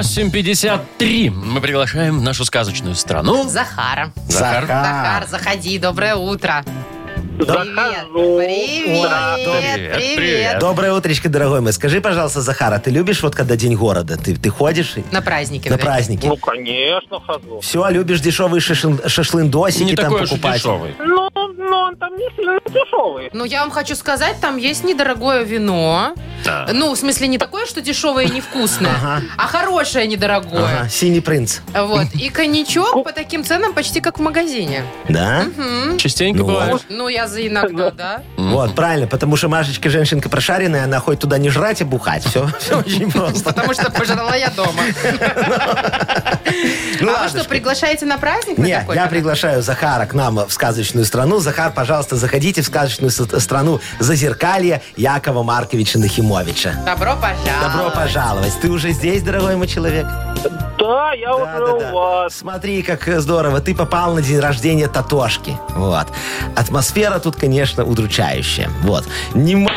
Speaker 1: 8.53. Мы приглашаем в нашу сказочную страну.
Speaker 2: Захара.
Speaker 1: Ну. Захар.
Speaker 2: Захар, заходи, доброе утро. Привет.
Speaker 6: Захожу.
Speaker 3: Ура,
Speaker 2: Привет,
Speaker 1: привет,
Speaker 2: привет,
Speaker 1: привет.
Speaker 3: Доброе утречко, дорогой мой. Скажи, пожалуйста, Захара, ты любишь вот когда день города? Ты, ты ходишь и-
Speaker 2: На празднике.
Speaker 3: на
Speaker 2: да?
Speaker 3: праздники?
Speaker 6: Ну, конечно, хожу.
Speaker 3: Все, любишь дешевые шашлын- шашлындосики
Speaker 1: Не
Speaker 3: там
Speaker 1: такой уж и
Speaker 3: покупать?
Speaker 1: дешевый.
Speaker 6: Ну, ну, он там не сильно дешевый.
Speaker 2: Ну, я вам хочу сказать, там есть недорогое вино. Ну, в смысле, не такое, что дешевое и невкусное,
Speaker 3: Ага.
Speaker 2: а хорошее
Speaker 3: Ага,
Speaker 2: недорогое.
Speaker 3: синий принц.
Speaker 2: Вот. И коньячок по таким ценам почти как в магазине.
Speaker 3: Да?
Speaker 1: Частенько
Speaker 3: Ну,
Speaker 1: бывает.
Speaker 2: Ну, я за иногда, да?
Speaker 3: Вот, правильно, потому что Машечка женщинка прошаренная, она хоть туда не жрать и бухать. Все, все очень просто.
Speaker 2: Потому что пожрала я
Speaker 3: (laughs)
Speaker 2: дома.
Speaker 3: Ну,
Speaker 2: а вы что,
Speaker 3: ладушка.
Speaker 2: приглашаете на праздник? на
Speaker 3: Нет,
Speaker 2: такой?
Speaker 3: я приглашаю Захара к нам в сказочную страну. Захар, пожалуйста, заходите в сказочную с- страну Зазеркалье Якова Марковича Нахимовича.
Speaker 2: Добро пожаловать.
Speaker 3: Добро пожаловать. Ты уже здесь, дорогой мой человек?
Speaker 6: Да, я
Speaker 3: Да,
Speaker 6: уже
Speaker 3: да,
Speaker 6: у
Speaker 3: да.
Speaker 6: вас.
Speaker 3: Смотри, как э, здорово. Ты попал на день рождения Татошки. Вот. Атмосфера тут, конечно, удручающая. Вот. Не, мо-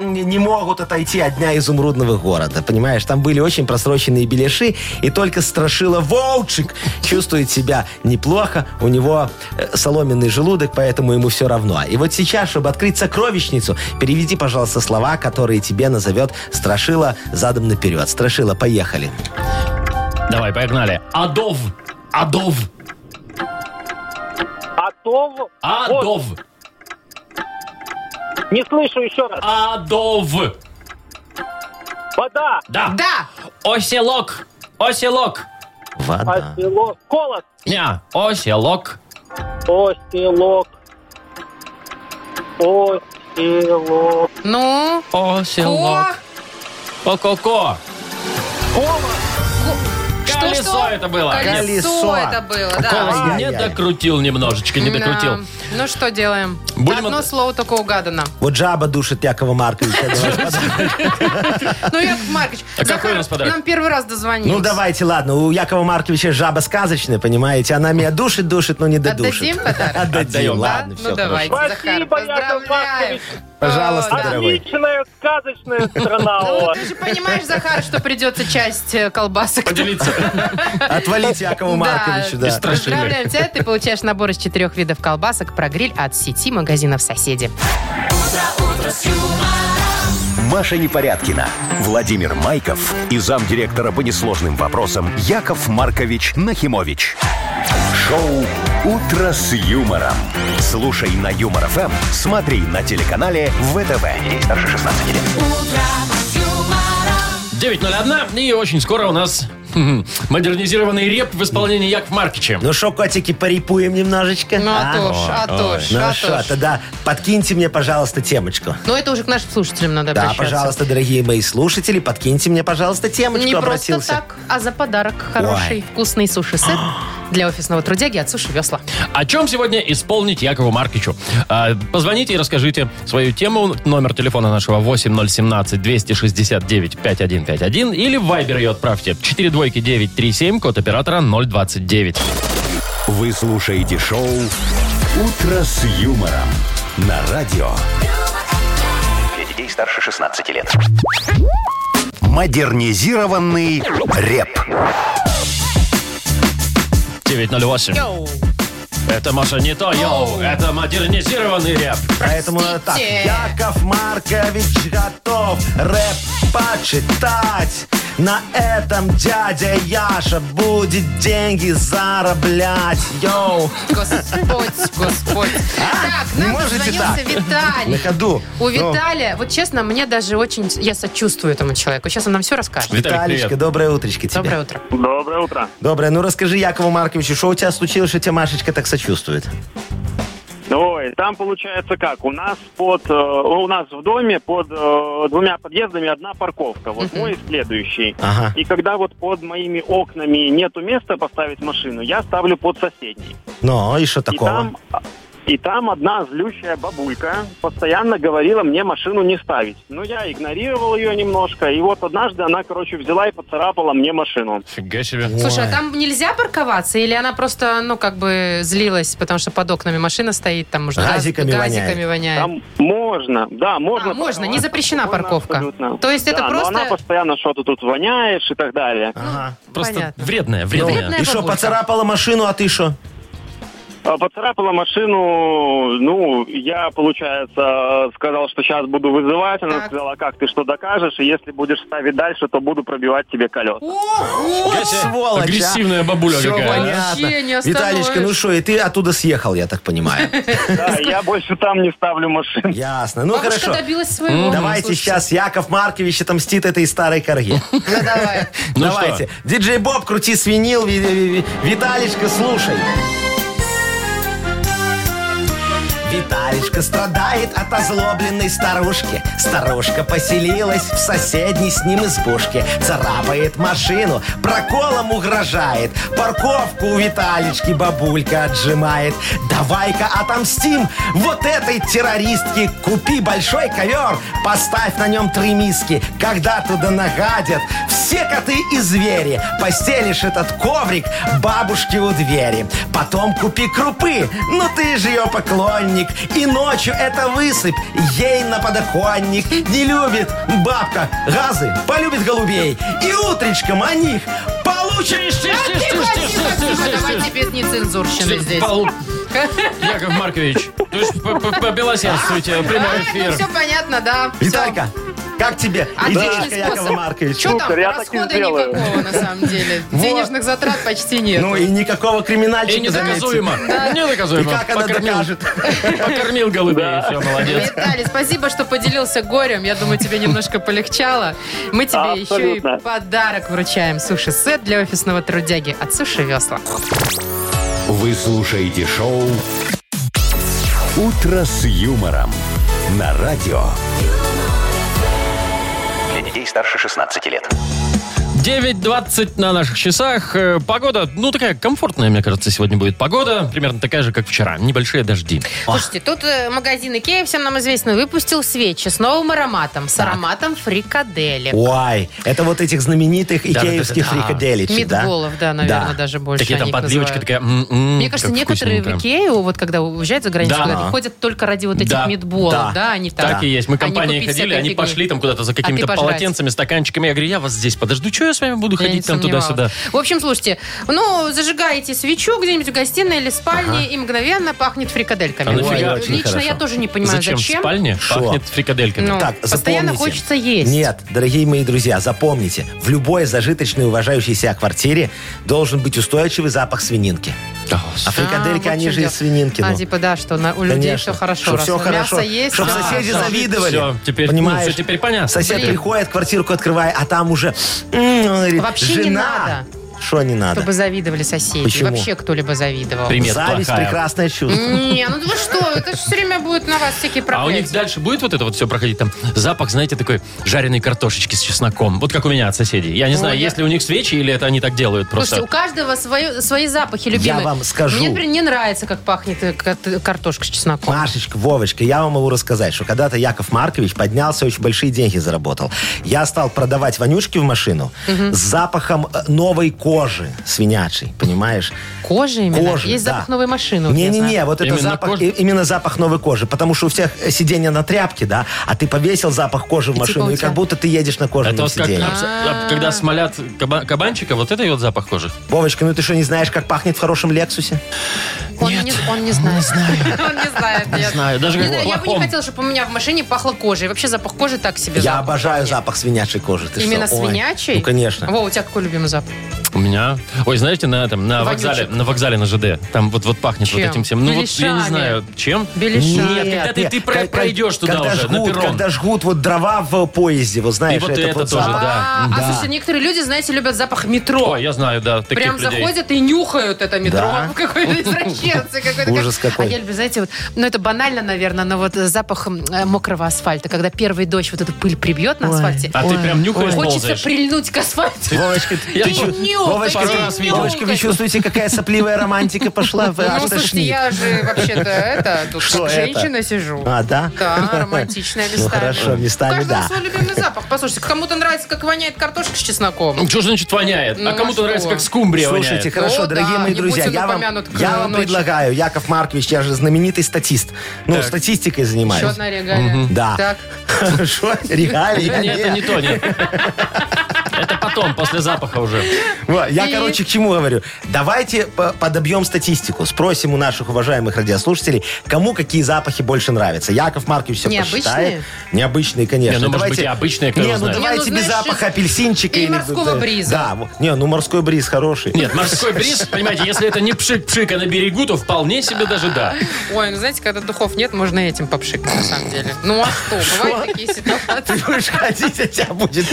Speaker 3: не- не могут отойти от дня изумрудного города. Понимаешь, там были очень просроченные беляши, и только страшила Волчик чувствует себя неплохо. У него э, соломенный желудок, поэтому ему все равно. И вот сейчас, чтобы открыть сокровищницу, переведи, пожалуйста, слова, которые тебе назовет Страшила задом наперед. Страшила, поехали.
Speaker 1: Давай, погнали. Адов. Адов.
Speaker 6: А то... Вот,
Speaker 1: Адов.
Speaker 6: не слышу еще раз.
Speaker 2: А
Speaker 1: Адов.
Speaker 6: Вода,
Speaker 1: Да.
Speaker 2: Да,
Speaker 1: Оселок. Оселок.
Speaker 3: Вода.
Speaker 6: оселок, колос,
Speaker 1: Не, оселок.
Speaker 6: оселок, оселок,
Speaker 2: ну,
Speaker 1: Оселок. Ко-ко-ко.
Speaker 6: колос,
Speaker 1: Колесо это было.
Speaker 2: Колесо,
Speaker 3: Колесо.
Speaker 2: это было, да.
Speaker 1: Колос
Speaker 3: Ай-яй-яй.
Speaker 1: не докрутил немножечко, не
Speaker 2: Да.
Speaker 1: докрутил.
Speaker 2: Ну что делаем?
Speaker 1: Будем
Speaker 2: Одно
Speaker 1: от-
Speaker 2: слово только угадано.
Speaker 3: Вот жаба душит Якова Марковича. давай, подумаем.
Speaker 2: Ну,
Speaker 3: (laughs)
Speaker 2: Яков Маркович,
Speaker 1: А какой у нас
Speaker 2: Захар
Speaker 1: подарок?
Speaker 2: нам первый раз дозвонился.
Speaker 3: Ну давайте, ладно. У Якова Марковича жаба сказочная, понимаете? Она меня душит, душит, но не додушит.
Speaker 2: Отдадим подарок?
Speaker 3: Отдадим,
Speaker 1: Отдаем,
Speaker 2: Да?
Speaker 3: ладно,
Speaker 2: ну
Speaker 3: все
Speaker 2: давай,
Speaker 3: хорошо.
Speaker 2: Захар,
Speaker 6: Спасибо, Яков
Speaker 2: поздравляем.
Speaker 6: Маркович.
Speaker 3: Пожалуйста,
Speaker 2: О, да.
Speaker 3: дорогой.
Speaker 6: отличная сказочная
Speaker 2: (laughs)
Speaker 6: страна у
Speaker 2: Ну,
Speaker 6: вас.
Speaker 2: ты же понимаешь, Захар, что придется часть э, колбасок.
Speaker 1: Поделиться.
Speaker 2: (laughs)
Speaker 3: Отвалите Якову Марковичу, да.
Speaker 1: страшно. Страшили.
Speaker 2: Поздравляем тебя, А ты получаешь набор из четырех видов колбасок про гриль от сети магазинов «Соседи».
Speaker 4: Маша Непорядкина, Владимир Майков и замдиректора по несложным вопросам Яков Маркович Нахимович. Шоу «Утро с юмором». Слушай на Юмор ФМ, смотри на телеканале ВТВ. Здесь старше 16 лет.
Speaker 1: 9.01, и очень скоро у нас (laughs) хм, модернизированный реп в исполнении Яков Маркича.
Speaker 3: Ну шо, котики, порипуем немножечко?
Speaker 2: Ну, а
Speaker 3: а?
Speaker 2: то ж, а то ж,
Speaker 3: Ну
Speaker 2: а
Speaker 3: что,
Speaker 2: то ж.
Speaker 3: тогда подкиньте мне, пожалуйста, темочку.
Speaker 2: Ну, это уже к нашим слушателям надо
Speaker 3: Да,
Speaker 2: обращаться.
Speaker 3: пожалуйста, дорогие мои слушатели, подкиньте мне, пожалуйста, темочку.
Speaker 2: Не просто
Speaker 3: обратился.
Speaker 2: так, а за подарок хороший
Speaker 3: Ой.
Speaker 2: вкусный
Speaker 3: (gasps)
Speaker 2: суши-сет для офисного трудяги от Суши Весла.
Speaker 1: О чем сегодня исполнить Якову Маркичу? А, Позвоните и расскажите свою тему. Номер телефона нашего 8017-269-5151 или в Viber ее отправьте. 4 двойки 937, код оператора 029.
Speaker 4: Вы слушаете шоу «Утро с юмором» на радио
Speaker 7: Для детей старше 16 лет.
Speaker 4: «Модернизированный реп».
Speaker 1: 908. Это, Маша, не то, йоу. Это модернизированный реп.
Speaker 3: Поэтому надо так.
Speaker 2: Простите.
Speaker 3: Яков Маркович готов рэп почитать. На этом дядя Яша будет деньги зараблять. Йоу!
Speaker 2: Господь, Господь. Так,
Speaker 3: не
Speaker 2: нам
Speaker 3: можете
Speaker 2: дозвонился
Speaker 3: так? На
Speaker 2: Виталий.
Speaker 3: ходу.
Speaker 2: У
Speaker 3: Ну,
Speaker 2: Виталия, вот честно, мне даже очень... Я сочувствую этому человеку. Сейчас он нам все расскажет.
Speaker 3: Виталичка,
Speaker 1: привет.
Speaker 3: доброе утречко тебе.
Speaker 2: Доброе утро.
Speaker 6: Доброе утро.
Speaker 3: Доброе. Ну расскажи Якову Марковичу, что у тебя случилось, что тебя Машечка так сочувствует?
Speaker 6: Ой, там получается как? У нас под, э, у нас в доме под э, двумя подъездами одна парковка. Вот
Speaker 2: Мгм.
Speaker 6: мой и следующий.
Speaker 3: Ага.
Speaker 6: И когда вот под моими окнами нету места поставить машину, я ставлю под соседний.
Speaker 3: Ну, и что
Speaker 6: И
Speaker 3: такого?
Speaker 6: там, а, и там одна злющая бабулька постоянно говорила мне машину не ставить. Ну, я игнорировал ее немножко, и вот однажды она, короче, взяла и поцарапала мне машину.
Speaker 1: Фига себе.
Speaker 2: Слушай, а
Speaker 3: Ой.
Speaker 2: там нельзя парковаться? Или она просто, ну, как бы злилась, потому что под окнами машина стоит, там уже газ-
Speaker 3: Газиками
Speaker 2: газиками воняет?
Speaker 6: Там можно, да, можно.
Speaker 2: А, можно, не
Speaker 6: парковаться.
Speaker 2: запрещена
Speaker 6: Спокойно,
Speaker 2: парковка.
Speaker 6: абсолютно.
Speaker 2: То есть это
Speaker 6: Да, но
Speaker 2: просто-
Speaker 6: она постоянно что-то тут воняешь и так далее.
Speaker 3: Ага.
Speaker 1: Просто
Speaker 2: Понятно.
Speaker 1: вредная, вредная.
Speaker 2: вредная.
Speaker 3: И что,
Speaker 2: бабулька.
Speaker 3: поцарапала машину, а ты что?
Speaker 6: А, Поцарапала машину, ну, я, получается, сказал, что сейчас буду вызывать. Она
Speaker 2: Так.
Speaker 6: сказала, как ты что докажешь, и если будешь ставить дальше, то буду пробивать тебе колеса.
Speaker 1: Фига себе. Агрессивная бабуля
Speaker 3: Все
Speaker 1: какая.
Speaker 3: а? понятно.
Speaker 2: Вообще не
Speaker 3: Виталичка, ну
Speaker 2: остановишь.
Speaker 3: что, и ты оттуда съехал, я так понимаю.
Speaker 6: Да, я больше там не ставлю машин.
Speaker 3: Ясно. Ну,
Speaker 2: Бабушка
Speaker 3: хорошо.
Speaker 2: добилась своего.
Speaker 3: Давайте
Speaker 2: Слушайте.
Speaker 3: сейчас Яков Маркович отомстит этой старой корге.
Speaker 2: Ну, давай.
Speaker 1: Ну
Speaker 3: (laughs) Давайте. Диджей Боб, крути свинил. Ви- ви- ви- Виталичка, слушай. Виталичка страдает от озлобленной старушки. Старушка поселилась в соседней с ним избушке. Царапает машину, проколом угрожает. Парковку у Виталички бабулька отжимает. Давай-ка отомстим вот этой террористке. Купи большой ковер, поставь на нем три миски. Когда туда нагадят, все коты и звери. Постелишь этот коврик бабушке у двери. Потом купи крупы, ну ты же ее поклонник. И ночью это высыпь ей на подоконник. Не любит бабка газы, полюбит голубей. И утречком о них получишь...
Speaker 2: Давайте без нецензурщины здесь.
Speaker 1: Пол- Яков Маркович, то есть по- по- побелосердствуйте, прямой эфир.
Speaker 2: все А, ну понятно, да. Всё.
Speaker 3: Виталька, как тебе?
Speaker 2: Отличный
Speaker 3: Идеечка Якова
Speaker 2: способ.
Speaker 3: Марковича.
Speaker 2: Чё там,
Speaker 6: Супер, я так и
Speaker 2: расхода
Speaker 6: сделаю.
Speaker 2: никакого, на самом деле. Денежных затрат почти нет.
Speaker 3: Ну и никакого криминальчика.
Speaker 1: И
Speaker 3: заметьте.
Speaker 1: недоказуемо.
Speaker 3: И
Speaker 1: Недоказуемо.
Speaker 3: как она
Speaker 1: Покормил-
Speaker 3: докажет?
Speaker 1: Покормил голубей, все, молодец.
Speaker 2: Виталий, спасибо, что поделился горем. Я думаю, тебе немножко полегчало. Мы тебе еще и
Speaker 6: Абсолютно.
Speaker 2: подарок вручаем. Суши-сет для офисного трудяги от Суши Весла.
Speaker 4: Вы слушаете шоу «Утро с юмором» на радио.
Speaker 7: Для детей старше 16 лет.
Speaker 1: 9.20 на наших часах. Э, Погода, ну, такая комфортная, мне кажется, сегодня будет погода. Примерно такая же, как вчера. Небольшие дожди.
Speaker 2: Слушайте, тут э, магазин Икея, всем нам известно, выпустил свечи с новым ароматом. С ароматом фрикадели.
Speaker 3: Ой, это вот этих знаменитых икеевских
Speaker 1: да.
Speaker 3: фрикаделичек, да?
Speaker 2: Мидболов, да, наверное,
Speaker 3: Да.
Speaker 2: даже больше
Speaker 1: Такие там
Speaker 2: они их
Speaker 1: подливочки,
Speaker 2: называют.
Speaker 1: такая... м, м,
Speaker 2: Мне кажется,
Speaker 1: как
Speaker 2: некоторые в
Speaker 1: вкусненько.
Speaker 2: Икею, вот когда уезжают за границу,
Speaker 1: Да.
Speaker 2: говорят, ходят только ради вот этих
Speaker 1: Да.
Speaker 2: мидболов,
Speaker 3: Да.
Speaker 2: да, они там.
Speaker 1: Так и есть. Мы компанией
Speaker 2: купить
Speaker 1: ходили,
Speaker 2: всякой
Speaker 1: они
Speaker 2: фигни.
Speaker 1: пошли там куда-то за
Speaker 2: А ты
Speaker 1: какими-то
Speaker 2: пожрать.
Speaker 1: полотенцами, стаканчиками. Я говорю, я вас здесь подожду, что я с вами буду
Speaker 2: Я
Speaker 1: ходить
Speaker 2: не
Speaker 1: там
Speaker 2: сомневалась.
Speaker 1: туда-сюда?
Speaker 2: В общем, слушайте, ну, зажигаете свечу где-нибудь в гостиной или спальне, и мгновенно пахнет фрикадельками.
Speaker 1: А нафига?
Speaker 2: Ой,
Speaker 3: Очень
Speaker 2: Лично я
Speaker 3: хорошо.
Speaker 2: тоже не понимаю, зачем.
Speaker 1: в спальне
Speaker 3: Шо?
Speaker 1: пахнет фрикадельками?
Speaker 2: Ну,
Speaker 3: Так,
Speaker 2: постоянно
Speaker 3: запомните.
Speaker 2: хочется есть.
Speaker 3: Нет, дорогие мои друзья, запомните, в любой зажиточной уважающей себя квартире должен быть устойчивый запах свининки.
Speaker 1: Да,
Speaker 3: А фрикадельки,
Speaker 2: вот
Speaker 3: они
Speaker 2: чё
Speaker 3: же
Speaker 2: дело.
Speaker 3: из свининки.
Speaker 2: А,
Speaker 3: ну.
Speaker 2: типа, да, что на- у людей
Speaker 3: Конечно,
Speaker 2: все хорошо.
Speaker 3: чтоб
Speaker 2: раз
Speaker 3: всё
Speaker 2: мясо
Speaker 3: хорошо,
Speaker 2: есть,
Speaker 3: чтоб
Speaker 2: да.
Speaker 3: соседи
Speaker 1: всё.
Speaker 3: завидовали.
Speaker 1: Всё, теперь- ну,
Speaker 3: понимаешь?
Speaker 1: всё теперь понятно.
Speaker 3: Сосед
Speaker 2: Блин.
Speaker 3: приходит, квартирку открывает, а там уже... м, он говорит,
Speaker 2: Вообще не
Speaker 3: жена. Что не надо?
Speaker 2: Чтобы завидовали соседи.
Speaker 3: Почему?
Speaker 2: Вообще кто-либо завидовал.
Speaker 1: При- Нет,
Speaker 3: Зависть
Speaker 1: плохая.
Speaker 3: прекрасное чувство.
Speaker 2: Не, ну вы что, это же все время будет на вас всякие
Speaker 1: А у них
Speaker 2: проклятия.
Speaker 1: дальше будет вот это вот все проходить? Там запах, знаете, такой жареной картошечки с чесноком. Вот как у меня от соседей. Я не
Speaker 2: Ой,
Speaker 1: знаю,
Speaker 2: я-
Speaker 1: есть ли у них свечи или это они так делают просто.
Speaker 2: Слушайте, у каждого свое- свои запахи любимые.
Speaker 3: Я вам скажу.
Speaker 2: Мне, например, не нравится, как пахнет э, кат- картошка с чесноком.
Speaker 3: Машечка, Вовочка, я вам могу рассказать, что когда-то Яков Маркович поднялся, очень большие деньги заработал. Я стал продавать вонючки в машину с запахом э, новой кожи свинячей, понимаешь?
Speaker 2: Кожа именно?
Speaker 3: Кожи,
Speaker 2: Есть
Speaker 3: да.
Speaker 2: запах новой машины. вот я
Speaker 3: Не-не-не,
Speaker 2: знаю.
Speaker 3: вот это
Speaker 1: Именно
Speaker 3: запах,
Speaker 1: кожи?
Speaker 3: и- именно запах новой кожи, потому что у всех э, сиденье на тряпке, да, а ты повесил запах кожи
Speaker 2: И
Speaker 3: в
Speaker 2: типа
Speaker 3: машину,
Speaker 2: у
Speaker 3: и
Speaker 2: тебя-
Speaker 3: как будто ты едешь на кожаном
Speaker 1: это вот как,
Speaker 3: сиденье.
Speaker 1: а, а, когда смолят каба- кабанчика, вот это и вот запах кожи.
Speaker 3: Вовочка, ну ты что, не знаешь, как пахнет в хорошем Лексусе?
Speaker 2: Он, не, он не знает. (laughs) Он не знает.
Speaker 1: Не
Speaker 2: нет.
Speaker 1: знаю, даже
Speaker 2: Не
Speaker 1: как
Speaker 2: знаю, я бы не
Speaker 1: плохом.
Speaker 2: хотела, чтобы у меня в машине пахло кожей. Вообще запах кожи так себе.
Speaker 3: Я
Speaker 2: запах.
Speaker 3: обожаю запах свинячей кожи. ты
Speaker 2: Именно
Speaker 3: что? Ой,
Speaker 2: свинячий?
Speaker 3: Ну, конечно.
Speaker 2: Во, у тебя какой любимый запах?
Speaker 1: У меня. Ой, знаете, на этом, на
Speaker 2: Вонючек.
Speaker 1: вокзале, на вокзале на ЖД, там вот вот пахнет
Speaker 2: Чем?
Speaker 1: вот этим всем. Ну вот я не
Speaker 2: Беляшами.
Speaker 1: знаю, чем.
Speaker 2: Беляшами.
Speaker 1: Нет, когда ты,
Speaker 3: нет,
Speaker 1: ты про-
Speaker 3: когда-
Speaker 1: пройдешь туда
Speaker 3: когда
Speaker 1: уже на
Speaker 3: жгут,
Speaker 1: перрон.
Speaker 3: Когда жгут вот дрова в поезде, вот
Speaker 1: И
Speaker 3: знаешь,
Speaker 1: вот
Speaker 3: этот
Speaker 1: это
Speaker 3: вот
Speaker 1: тоже,
Speaker 3: запах.
Speaker 1: да.
Speaker 2: А, а, слушайте, некоторые люди, знаете, любят запах метро.
Speaker 1: Ой, я знаю, да, таких
Speaker 2: Прям
Speaker 1: людей.
Speaker 2: заходят и нюхают это метро. (laughs)
Speaker 3: Да.
Speaker 2: Какой извращенец. сердце какое-то.
Speaker 3: Ужас
Speaker 2: как-
Speaker 3: какой.
Speaker 2: А я люблю, знаете, вот, ну это банально, наверное, но вот э, запах м, э, мокрого асфальта, когда первый дождь вот эту пыль прибьет на асфальте.
Speaker 1: А ты прям нюхаешь,
Speaker 2: Хочется
Speaker 1: ползаешь.
Speaker 2: прильнуть к асфальту. (laughs)
Speaker 3: Вовочка,
Speaker 1: Я
Speaker 3: ты чу-
Speaker 1: пару
Speaker 2: нюхай,
Speaker 3: Вовочка,
Speaker 1: раз
Speaker 3: ты-
Speaker 1: видел.
Speaker 3: Вовочка, вы чувствуете, какая сопливая романтика пошла? Вы аж
Speaker 2: Ну, слушайте,
Speaker 3: тошнит.
Speaker 2: я же вообще-то это, тут
Speaker 3: Что
Speaker 2: как
Speaker 3: это?
Speaker 2: женщина сижу.
Speaker 3: А, да? (laughs)
Speaker 2: Да, романтичная местами.
Speaker 3: Ну, хорошо,
Speaker 2: У
Speaker 3: местами,
Speaker 2: каждого
Speaker 3: да.
Speaker 2: свой любимый запах. Послушайте, кому-то нравится, как воняет картошка с чесноком.
Speaker 1: Что же значит воняет?
Speaker 2: Ну,
Speaker 1: а кому-то
Speaker 2: а
Speaker 1: нравится,
Speaker 2: что?
Speaker 1: как скумбрия
Speaker 3: Слушайте,
Speaker 1: воняет.
Speaker 3: хорошо,
Speaker 2: О,
Speaker 3: дорогие
Speaker 2: да,
Speaker 3: мои
Speaker 2: не
Speaker 3: друзья,
Speaker 2: будь он
Speaker 3: я вам,
Speaker 2: упомянут к
Speaker 3: я вам
Speaker 2: ночи.
Speaker 3: предлагаю, Яков Маркович, я же знаменитый статист. Ну,
Speaker 1: Так.
Speaker 3: статистикой занимаюсь.
Speaker 2: Еще одна регалия.
Speaker 3: Да. (laughs)
Speaker 2: Так, а
Speaker 3: Что? Регалия?
Speaker 1: Нет, это
Speaker 3: Нет.
Speaker 1: не то,
Speaker 2: (laughs)
Speaker 1: нет. Это потом, после запаха уже.
Speaker 3: Во, Я,
Speaker 2: И?
Speaker 3: короче, к чему говорю. Давайте по- подобьем статистику. Спросим у наших уважаемых радиослушателей, кому какие запахи больше нравятся. Яков Маркович все
Speaker 2: Необычные?
Speaker 3: посчитает. Необычные, конечно.
Speaker 1: Не, ну, может быть, и обычные, кто его
Speaker 3: Не, ну
Speaker 1: знает.
Speaker 3: давайте
Speaker 2: Не, ну,
Speaker 3: без
Speaker 2: знаешь,
Speaker 3: запаха апельсинчика.
Speaker 2: и
Speaker 3: или-
Speaker 2: морского
Speaker 3: да,
Speaker 2: бриза.
Speaker 3: Да. вот. Не, ну морской бриз хороший. (laughs)
Speaker 1: Нет, морской бриз, понимаете, если это не пшик-пшик, а на берегу, то вполне себе даже да.
Speaker 2: ой, ну знаете, когда духов нет, можно и этим попшикать, на самом деле. Ну а что, бывают такие ситуации.
Speaker 3: Вы же хотите, тебя будет.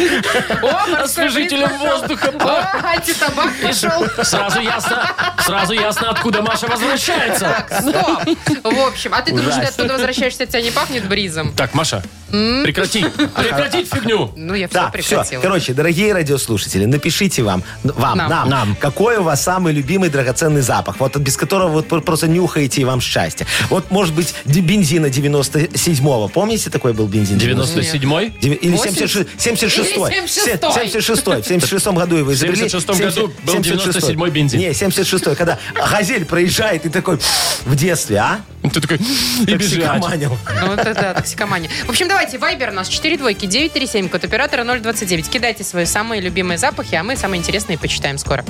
Speaker 2: О, морской
Speaker 1: Служителем
Speaker 2: бриз пошел.
Speaker 1: воздуха.
Speaker 2: О, антитабак пошел.
Speaker 1: Сразу ясно, сразу ясно, откуда Маша возвращается.
Speaker 2: Так, стоп. В общем, а ты думаешь, ты
Speaker 3: Ужасно.
Speaker 2: оттуда возвращаешься, тебя не пахнет бризом?
Speaker 1: Так, Маша, прекрати. Прекратить фигню.
Speaker 2: Ну, я все
Speaker 3: Да, все.
Speaker 2: прекратила.
Speaker 3: Короче, дорогие радиослушатели, напишите вам, н- вам,
Speaker 2: Нам.
Speaker 3: нам,
Speaker 1: Нам.
Speaker 3: какой у вас самый любимый драгоценный запах, вот без которого вот пр- просто нюхаете и вам счастье. Вот, может быть, ди- бензина 97-го. Помните, такой был бензин?
Speaker 1: 97-й?
Speaker 3: Деви- Или
Speaker 2: 80?
Speaker 3: 76, 76,
Speaker 2: Или 76-й.
Speaker 3: 76 В 76 году его изобрели.
Speaker 1: 76-м году был 97-й бензин.
Speaker 3: Не, 76-й, когда «Газель» проезжает, и такой в детстве, а?
Speaker 1: Ты такой, и бежать.
Speaker 3: Токсикоманил.
Speaker 2: Ну, вот это да, токсикомания. В общем, давайте, Вайбер у нас 4 двойки, 937, код оператора 029. Кидайте свои самые любимые запахи, а мы самые интересные почитаем скоро.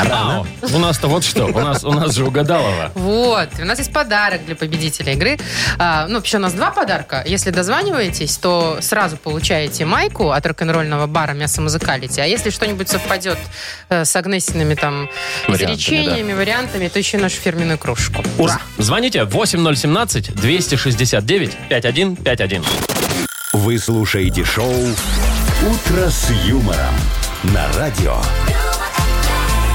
Speaker 1: Ау, У нас-то вот что, у нас, у нас же угадалово.
Speaker 2: Вот, у нас есть подарок для победителя игры. А, ну, вообще у нас два подарка. Если дозваниваетесь, то сразу получаете майку от рок-н-ролльного бара «Мясо Музыкалити». А если что-нибудь совпадет э, с Агнесиными там
Speaker 1: Вариантами,
Speaker 2: изречениями, вариантами, то еще и нашу фирменную кружку.
Speaker 1: Ура! Звоните 8017-269-5151.
Speaker 4: Вы слушаете шоу «Утро с юмором» на радио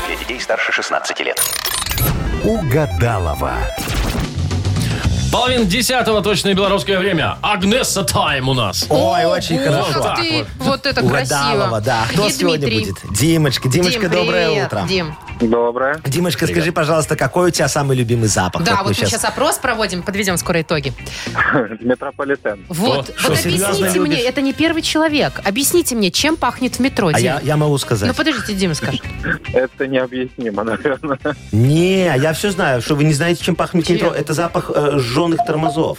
Speaker 7: Для детей старше 16 лет.
Speaker 4: «Угадалова».
Speaker 1: Половин десятого точное белорусское время. Агнеса Тайм у нас.
Speaker 3: Ой, очень
Speaker 2: Ого,
Speaker 3: хорошо.
Speaker 2: как ты, вот это красиво.
Speaker 3: Угадалова, да. А Кто
Speaker 2: И
Speaker 3: сегодня
Speaker 2: Дмитрий.
Speaker 3: будет? Димочка. Димочка,
Speaker 2: Дим,
Speaker 3: доброе
Speaker 2: привет.
Speaker 3: утро.
Speaker 2: Дим.
Speaker 6: Доброе. (laughs)
Speaker 3: Димочка, скажи, пожалуйста, какой у тебя самый любимый запах?
Speaker 2: Да, вот мы
Speaker 3: щас-
Speaker 2: сейчас опрос проводим, подведем скоро итоги.
Speaker 6: Метрополитен.
Speaker 2: Вот,
Speaker 1: что,
Speaker 2: вот
Speaker 3: серьезно
Speaker 2: объясните
Speaker 3: любишь?
Speaker 2: мне, это не первый человек. Объясните мне, чем пахнет в метро,
Speaker 3: А
Speaker 2: Дим?
Speaker 3: я, я могу
Speaker 2: Ну
Speaker 3: сказать.
Speaker 2: подождите, Дима скажет.
Speaker 6: Это необъяснимо, наверное.
Speaker 3: Не, а я все знаю, что вы не знаете, чем пахнет метро. Это запах э, жженых тормозов.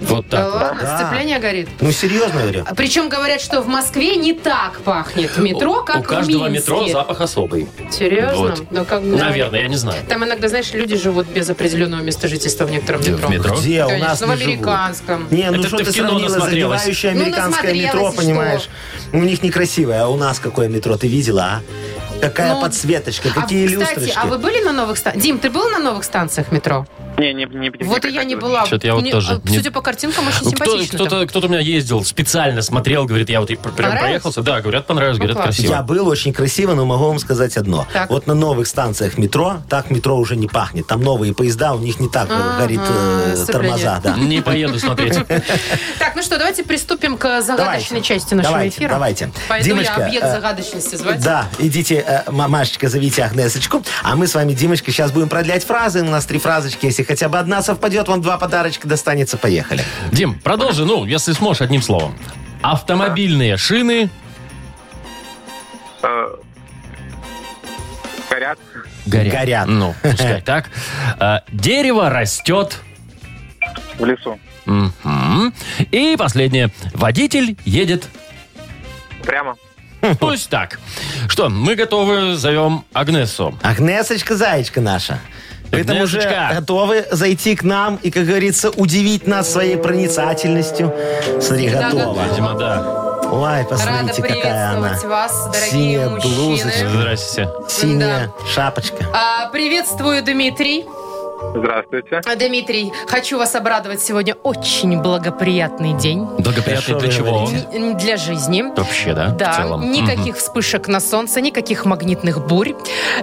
Speaker 1: Вот
Speaker 2: Да
Speaker 1: так.
Speaker 2: ладно,
Speaker 3: Да.
Speaker 2: сцепление горит.
Speaker 3: Ну, серьезно говорю.
Speaker 2: А Причем говорят, что в Москве не так пахнет в метро, как
Speaker 1: У каждого
Speaker 2: в Минске.
Speaker 1: метро запах особый.
Speaker 2: Серьезно?
Speaker 1: Вот.
Speaker 2: Ну, как бы-
Speaker 1: Наверное, я не знаю.
Speaker 2: Там иногда, знаешь, люди живут без определенного места жительства в некотором
Speaker 1: Где, в
Speaker 2: метро.
Speaker 1: метро?
Speaker 3: Где у
Speaker 2: Конечно, в
Speaker 3: нас не живут.
Speaker 2: американском.
Speaker 3: Не, ну
Speaker 1: Это
Speaker 3: что
Speaker 1: ты
Speaker 3: ты,
Speaker 1: в кино
Speaker 3: сравнила
Speaker 1: насмотрелась.
Speaker 3: загнивающее
Speaker 2: Ну,
Speaker 3: американское
Speaker 2: насмотрелась, и
Speaker 3: метро,
Speaker 2: что?
Speaker 3: понимаешь? У них некрасивое, а у нас какое метро, ты видела, а? Какая
Speaker 2: Ну,
Speaker 3: подсветочка,
Speaker 2: А,
Speaker 3: какие
Speaker 2: кстати,
Speaker 3: люстрочки.
Speaker 2: а вы были на новых станциях? Дим, ты был на новых станциях метро?
Speaker 6: Не, не, не, не
Speaker 2: вот и я не была.
Speaker 1: Чё-то я вот
Speaker 2: Мне,
Speaker 1: тоже
Speaker 2: а,
Speaker 1: не-
Speaker 2: Судя по картинкам, очень
Speaker 1: Ну, Кто-
Speaker 2: симпатично. там.
Speaker 1: Кто-то кто-то у меня ездил, специально смотрел, говорит, я вот и пр- прям
Speaker 2: Понравилось?
Speaker 1: проехался. Да, говорят, понравилось,
Speaker 2: Ну,
Speaker 1: говорят,
Speaker 2: класс.
Speaker 3: Я
Speaker 1: красиво.
Speaker 3: был очень красиво, но могу вам сказать одно.
Speaker 2: Так.
Speaker 3: Вот на новых станциях метро, так метро уже не пахнет. Там новые поезда, у них не так э,
Speaker 2: Ага,
Speaker 3: горит э,
Speaker 2: сцепление.
Speaker 3: тормоза. Да.
Speaker 1: Не поеду
Speaker 2: (laughs)
Speaker 1: смотреть.
Speaker 2: Так, ну что, давайте приступим к загадочной части нашего
Speaker 3: давайте,
Speaker 2: эфира.
Speaker 3: Давайте.
Speaker 2: Пойду я объект
Speaker 3: э,
Speaker 2: загадочности звать.
Speaker 3: Да, идите, э, мамашечка, зовите Агнесочку. А мы с вами, Димочка, сейчас будем продлять фразы. У нас три фразочки. Если хотя бы одна совпадет, вам два подарочка достанется. Поехали.
Speaker 1: Дим, продолжи, ну, если сможешь, одним словом. Автомобильные шины.
Speaker 6: А, Горят.
Speaker 1: Горят.
Speaker 3: Горят.
Speaker 1: Ну, пускай
Speaker 2: (laughs)
Speaker 1: так. А, Дерево растет.
Speaker 6: В лесу.
Speaker 1: Мгм. И последнее. Водитель едет.
Speaker 6: Прямо.
Speaker 1: Пусть так. Что, мы готовы, зовем Агнесу.
Speaker 3: Агнесочка, заячка наша. Вы там уже
Speaker 1: Агнесочка.
Speaker 3: готовы зайти к нам и, как говорится, удивить нас своей проницательностью? Смотри,
Speaker 2: Всегда
Speaker 3: готова.
Speaker 1: Видимо, да.
Speaker 3: Ой,
Speaker 2: Рада
Speaker 3: посмотрите, какая она.
Speaker 2: приветствовать вас, дорогие
Speaker 3: Синяя
Speaker 2: мужчины.
Speaker 3: блузочка.
Speaker 1: Здрасте.
Speaker 3: Синяя шапочка.
Speaker 2: А, приветствую, Дмитрий.
Speaker 5: Здравствуйте.
Speaker 2: А, Дмитрий, хочу вас обрадовать. Сегодня очень благоприятный день
Speaker 1: Благоприятный
Speaker 3: Хорошо
Speaker 1: для
Speaker 3: вы
Speaker 1: чего?
Speaker 3: говорите.
Speaker 2: Н- для жизни.
Speaker 1: Вообще, да? в
Speaker 2: Да,
Speaker 1: целом.
Speaker 2: никаких вспышек на солнце, никаких магнитных бурь.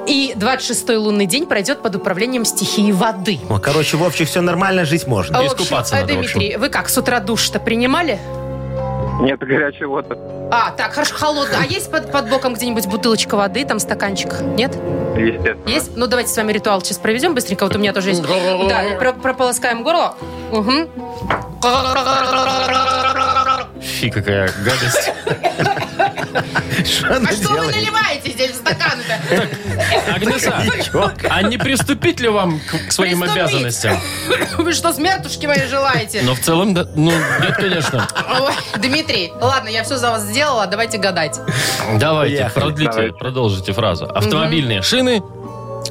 Speaker 2: И 26-й лунный день пройдет под управлением стихии воды.
Speaker 3: О, короче, Вовчик, все нормально, жить можно.
Speaker 1: А,
Speaker 2: В
Speaker 1: искупаться
Speaker 2: э,
Speaker 1: надо, в общем.
Speaker 2: Дмитрий, вы как, с утра душ-то принимали?
Speaker 5: Нет горячей воды.
Speaker 2: А, так, хорошо, холодно. А есть под, под боком где-нибудь бутылочка воды, там стаканчик? Нет?
Speaker 5: Естественно.
Speaker 2: Есть? Ну, давайте с вами ритуал сейчас проведем быстренько. Вот у меня тоже есть. Да, про- прополоскаем горло. Мгм.
Speaker 1: Мгм. Фи, какая
Speaker 3: (laughs)
Speaker 1: гадость.
Speaker 3: Что она
Speaker 2: А что вы
Speaker 3: делает?
Speaker 2: наливаете здесь в
Speaker 1: Э.
Speaker 2: стаканы-то?
Speaker 1: Агнеса,
Speaker 3: Ничего.
Speaker 1: а не приступить ли вам к, к своим
Speaker 2: Приступить.
Speaker 1: обязанностям?
Speaker 2: Вы что, смертушки мои желаете?
Speaker 1: Но в целом, да, ну, нет, конечно.
Speaker 2: Ой, Дмитрий, ладно, я все за вас сделала, давайте гадать.
Speaker 1: Давайте,
Speaker 3: Поехали.
Speaker 1: продлите,
Speaker 5: Давайте.
Speaker 1: продолжите фразу. Автомобильные шины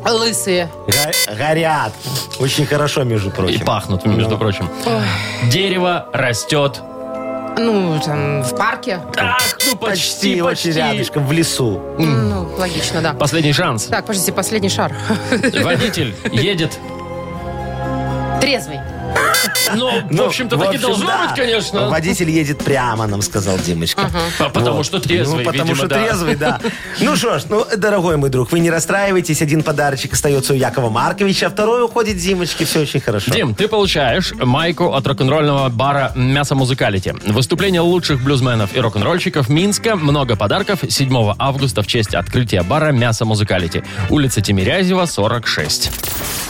Speaker 2: Лысые.
Speaker 3: Го- Горят. Очень хорошо, между
Speaker 1: и
Speaker 3: прочим.
Speaker 1: пахнут, между прочим. Дерево растет.
Speaker 2: Ну, там, в парке.
Speaker 1: Ах, ну почти,
Speaker 3: очень рядышком, в лесу.
Speaker 2: Ну, логично, да.
Speaker 1: Последний шанс.
Speaker 2: Так, подождите, последний шар. (laughs)
Speaker 1: Водитель едет.
Speaker 2: Трезвый.
Speaker 1: Ну, в
Speaker 3: Ну,
Speaker 1: общем-то, так и
Speaker 3: общем,
Speaker 1: должно
Speaker 3: да.
Speaker 1: быть, конечно.
Speaker 3: Водитель едет прямо, нам сказал Димочка.
Speaker 1: А Потому
Speaker 3: Вот.
Speaker 1: что трезвый,
Speaker 3: Ну, потому
Speaker 1: видимо,
Speaker 3: что
Speaker 1: да.
Speaker 3: трезвый, да. Ну что ж, ну, дорогой мой друг, вы не расстраивайтесь. Один подарочек остается у Якова Марковича, а второй уходит Димочке. Все очень хорошо.
Speaker 1: Дим, ты получаешь майку от рок-н-ролльного бара «Мясо Музыкалити». Выступление лучших блюзменов и рок-н-ролльщиков Минска. Много подарков 7 августа в честь открытия бара «Мясо Музыкалити». Улица Тимирязева, 46.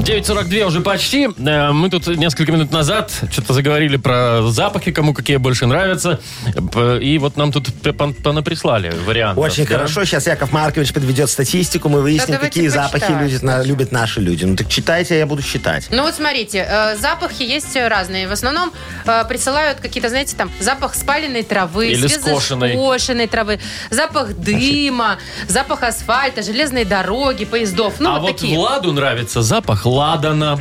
Speaker 1: 9.42 уже почти. Э, Мы тут несколько минут назад что-то заговорили про запахи, кому какие больше нравятся. П- И вот нам тут п- пон- понаприслали варианты.
Speaker 3: Очень хорошо. Сейчас Яков Маркович подведет статистику. Мы выясним,
Speaker 2: давайте
Speaker 3: какие запахи
Speaker 2: почитаем.
Speaker 3: люди- на- любят наши люди. Ну так читайте, а я буду считать.
Speaker 2: Ну вот смотрите, э, запахи есть разные. В основном э, присылают какие-то, знаете, там запах спаленной травы,
Speaker 1: Или скошенной.
Speaker 2: свежескошенной травы, запах дыма, запах асфальта, железной дороги, поездов. Ну
Speaker 1: а
Speaker 2: вот
Speaker 1: вот
Speaker 2: такие.
Speaker 1: Владу нравится запах (clears throat) ладана.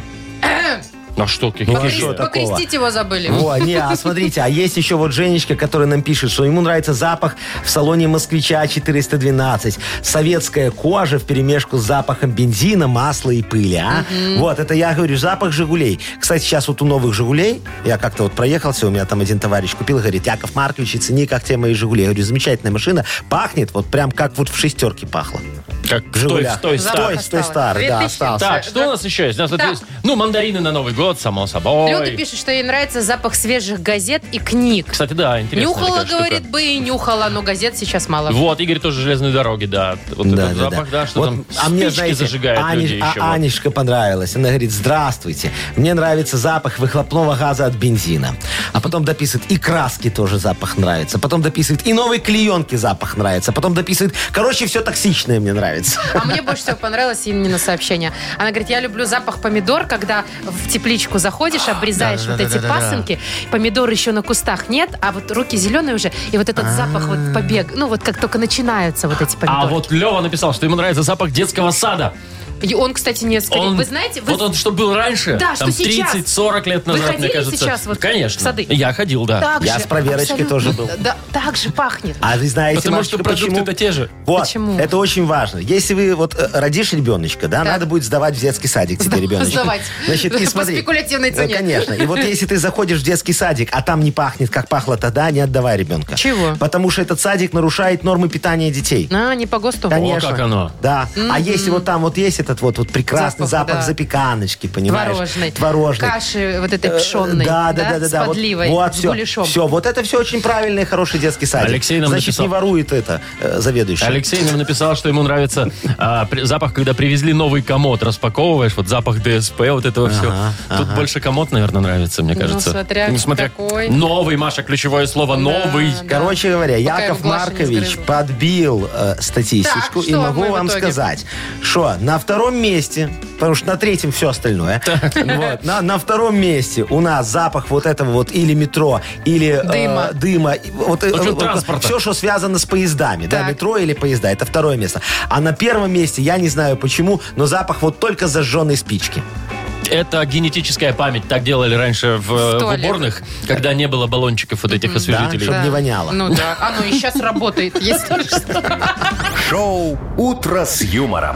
Speaker 1: А что, какие
Speaker 3: а
Speaker 2: Покрест-
Speaker 3: что такого?
Speaker 2: Покрестить его забыли.
Speaker 3: О, не, а смотрите, а есть еще вот Женечка, которая нам пишет, что ему нравится запах в салоне «Москвича» 412. Советская кожа в перемешку с запахом бензина, масла и пыли, а? Вот, это я говорю, запах «Жигулей». Кстати, сейчас вот у новых «Жигулей», я как-то вот проехался, у меня там один товарищ купил, говорит, Яков Маркович, и цени, как тебе мои «Жигули». Я говорю, замечательная машина, пахнет вот прям как вот в «шестерке» пахло.
Speaker 1: Как
Speaker 3: В «Жигулях».
Speaker 1: в той
Speaker 3: В
Speaker 1: старой.
Speaker 3: той, в той старой, да,
Speaker 2: 2000.
Speaker 3: остался.
Speaker 1: Так, что у нас еще есть? У нас тут
Speaker 2: Так.
Speaker 1: есть, ну, мандарины на Новый год, само собой.
Speaker 2: Люда пишет, что ей нравится запах свежих газет и книг.
Speaker 1: Кстати, да, интересно.
Speaker 2: нюхала, говорит, бы и нюхала, но газет сейчас мало.
Speaker 1: Вот, Игорь тоже железные дороги, да. Вот
Speaker 3: Да,
Speaker 1: этот
Speaker 3: да,
Speaker 1: запах, да,
Speaker 3: да.
Speaker 1: что
Speaker 3: Вот,
Speaker 1: там
Speaker 3: а мне,
Speaker 1: спички
Speaker 3: знаете,
Speaker 1: зажигают
Speaker 3: Ани-
Speaker 1: люди
Speaker 3: а-
Speaker 1: еще. вот.
Speaker 3: Анечка понравилась. Она говорит, здравствуйте, мне нравится запах выхлопного газа от бензина. А потом дописывает, и краски тоже запах нравится. Потом дописывает, и новой клеенки запах нравится. Потом дописывает, короче, все токсичное мне нравится. (laughs)
Speaker 2: А мне больше всего понравилось именно сообщение. Она говорит, я люблю запах помидор, когда в тепличку заходишь,
Speaker 1: А,
Speaker 2: обрезаешь вот эти пасынки, помидор еще на кустах нет, а вот руки зеленые уже, и вот этот запах вот побег, ну вот как только начинаются вот эти
Speaker 1: А
Speaker 2: помидоры.
Speaker 1: вот Лева написал, что ему нравится запах детского сада.
Speaker 2: И он, кстати, не сходил.
Speaker 1: Он-
Speaker 2: Вы знаете, вы-
Speaker 1: Вот он что был раньше,
Speaker 2: Да,
Speaker 1: там
Speaker 2: что сейчас.
Speaker 1: 30-40 лет
Speaker 2: Вы
Speaker 1: назад, мне
Speaker 2: ходили
Speaker 1: кажется.
Speaker 2: сейчас вот
Speaker 1: Конечно.
Speaker 2: в сады?
Speaker 1: Я ходил, да.
Speaker 2: так
Speaker 3: Я
Speaker 2: же,
Speaker 3: с проверочкой
Speaker 2: абсолютно,
Speaker 3: тоже был.
Speaker 2: Да, так же пахнет.
Speaker 3: А вы знаете,
Speaker 1: Потому что
Speaker 3: Машечка, почему?
Speaker 1: продукты-то те же.
Speaker 3: Вот,
Speaker 2: Почему?
Speaker 3: это очень важно. Если вы вот э, родишь ребеночка, да, надо будет сдавать в детский садик тебе ребеночка.
Speaker 2: сдавать.
Speaker 3: Значит, и
Speaker 2: По
Speaker 3: смотри.
Speaker 2: спекулятивной цене.
Speaker 3: Э, Конечно. И вот если ты заходишь в детский садик, а там не пахнет, как пахло тогда, не отдавай ребенка.
Speaker 2: Чего?
Speaker 3: Потому что этот садик нарушает нормы питания детей.
Speaker 2: А, не по ГОСТу.
Speaker 3: Конечно.
Speaker 1: О, как оно.
Speaker 3: Да. А если вот там вот есть этот вот, вот прекрасный
Speaker 2: Запах,
Speaker 3: запах
Speaker 2: да.
Speaker 3: запеканочки, понимаешь?
Speaker 2: Творожный.
Speaker 3: Творожный. Э,
Speaker 2: Каши вот этой пшенной.
Speaker 3: Да, да, да, да, да.
Speaker 2: С
Speaker 3: Вот-
Speaker 2: подливой,
Speaker 3: Вот,
Speaker 2: с
Speaker 3: все,
Speaker 2: гуляшом.
Speaker 3: все, вот это все очень правильный, хороший детский садик.
Speaker 1: Алексей нам
Speaker 3: Значит,
Speaker 1: написал.
Speaker 3: не ворует это э, заведующий.
Speaker 1: Алексей нам написал, что ему нравится а, при- запах, когда привезли новый комод, распаковываешь, вот запах ДСП, вот этого все. Тут больше комод, наверное, нравится, мне кажется.
Speaker 2: Ну,
Speaker 1: Ну,
Speaker 2: смотря какой.
Speaker 1: Новый, Маша, ключевое слово «новый».
Speaker 3: Короче говоря,
Speaker 2: Пока я в глаз
Speaker 3: Яков
Speaker 2: не
Speaker 3: Маркович
Speaker 2: сгрызла.
Speaker 3: подбил э, статистичку,
Speaker 2: Так,
Speaker 3: и
Speaker 2: что
Speaker 3: могу
Speaker 2: мы в
Speaker 3: вам
Speaker 2: итоге?
Speaker 3: сказать, что на втором месте, потому что на третьем все остальное, вот, на, на втором месте у нас запах вот этого вот или метро, или э,
Speaker 2: Дыма.
Speaker 3: дыма и вот, э,
Speaker 1: В общем,
Speaker 3: вот
Speaker 1: транспорта.
Speaker 3: все, что связано с поездами, да,
Speaker 2: Так.
Speaker 3: метро или поезда, это второе место. А на первом месте, я не знаю почему, но запах вот только зажженной спички.
Speaker 1: Это генетическая память. Так делали раньше в, э, в
Speaker 2: туалетах.
Speaker 1: уборных, когда не было баллончиков вот этих освежителей.
Speaker 3: Чтоб не воняло.
Speaker 2: Ну да, оно и сейчас работает,
Speaker 3: (laughs)
Speaker 2: если что.
Speaker 4: Шоу «Утро с юмором».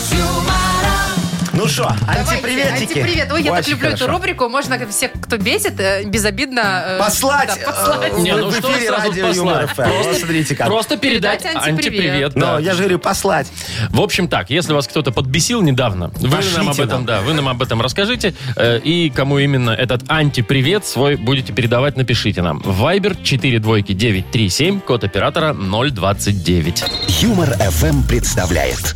Speaker 3: Ну что,
Speaker 2: Давайте,
Speaker 3: антиприветики?
Speaker 2: Антипривет. Ой, я так
Speaker 3: Очень
Speaker 2: люблю эту
Speaker 3: хорошо.
Speaker 2: рубрику. Можно всех, кто бесит, э, безобидно... э,
Speaker 3: Послать,
Speaker 2: да, послать.
Speaker 3: э,
Speaker 1: Не, ну
Speaker 3: в
Speaker 1: что
Speaker 3: эфире
Speaker 1: сразу
Speaker 3: радио Юмор
Speaker 1: послать?
Speaker 3: ФМ. Вот смотрите как.
Speaker 1: Просто передать
Speaker 2: Передать
Speaker 1: антипривет.
Speaker 2: антипривет,
Speaker 3: Но
Speaker 1: да.
Speaker 3: я же говорю, послать.
Speaker 1: В общем так, если вас кто-то подбесил недавно, вы
Speaker 3: Пошлите
Speaker 1: нам об этом,
Speaker 3: нам.
Speaker 1: да, вы нам об этом расскажите. э, И кому именно этот антипривет свой будете передавать, напишите нам. Вайбер 42937, код оператора 029.
Speaker 4: Юмор ФМ представляет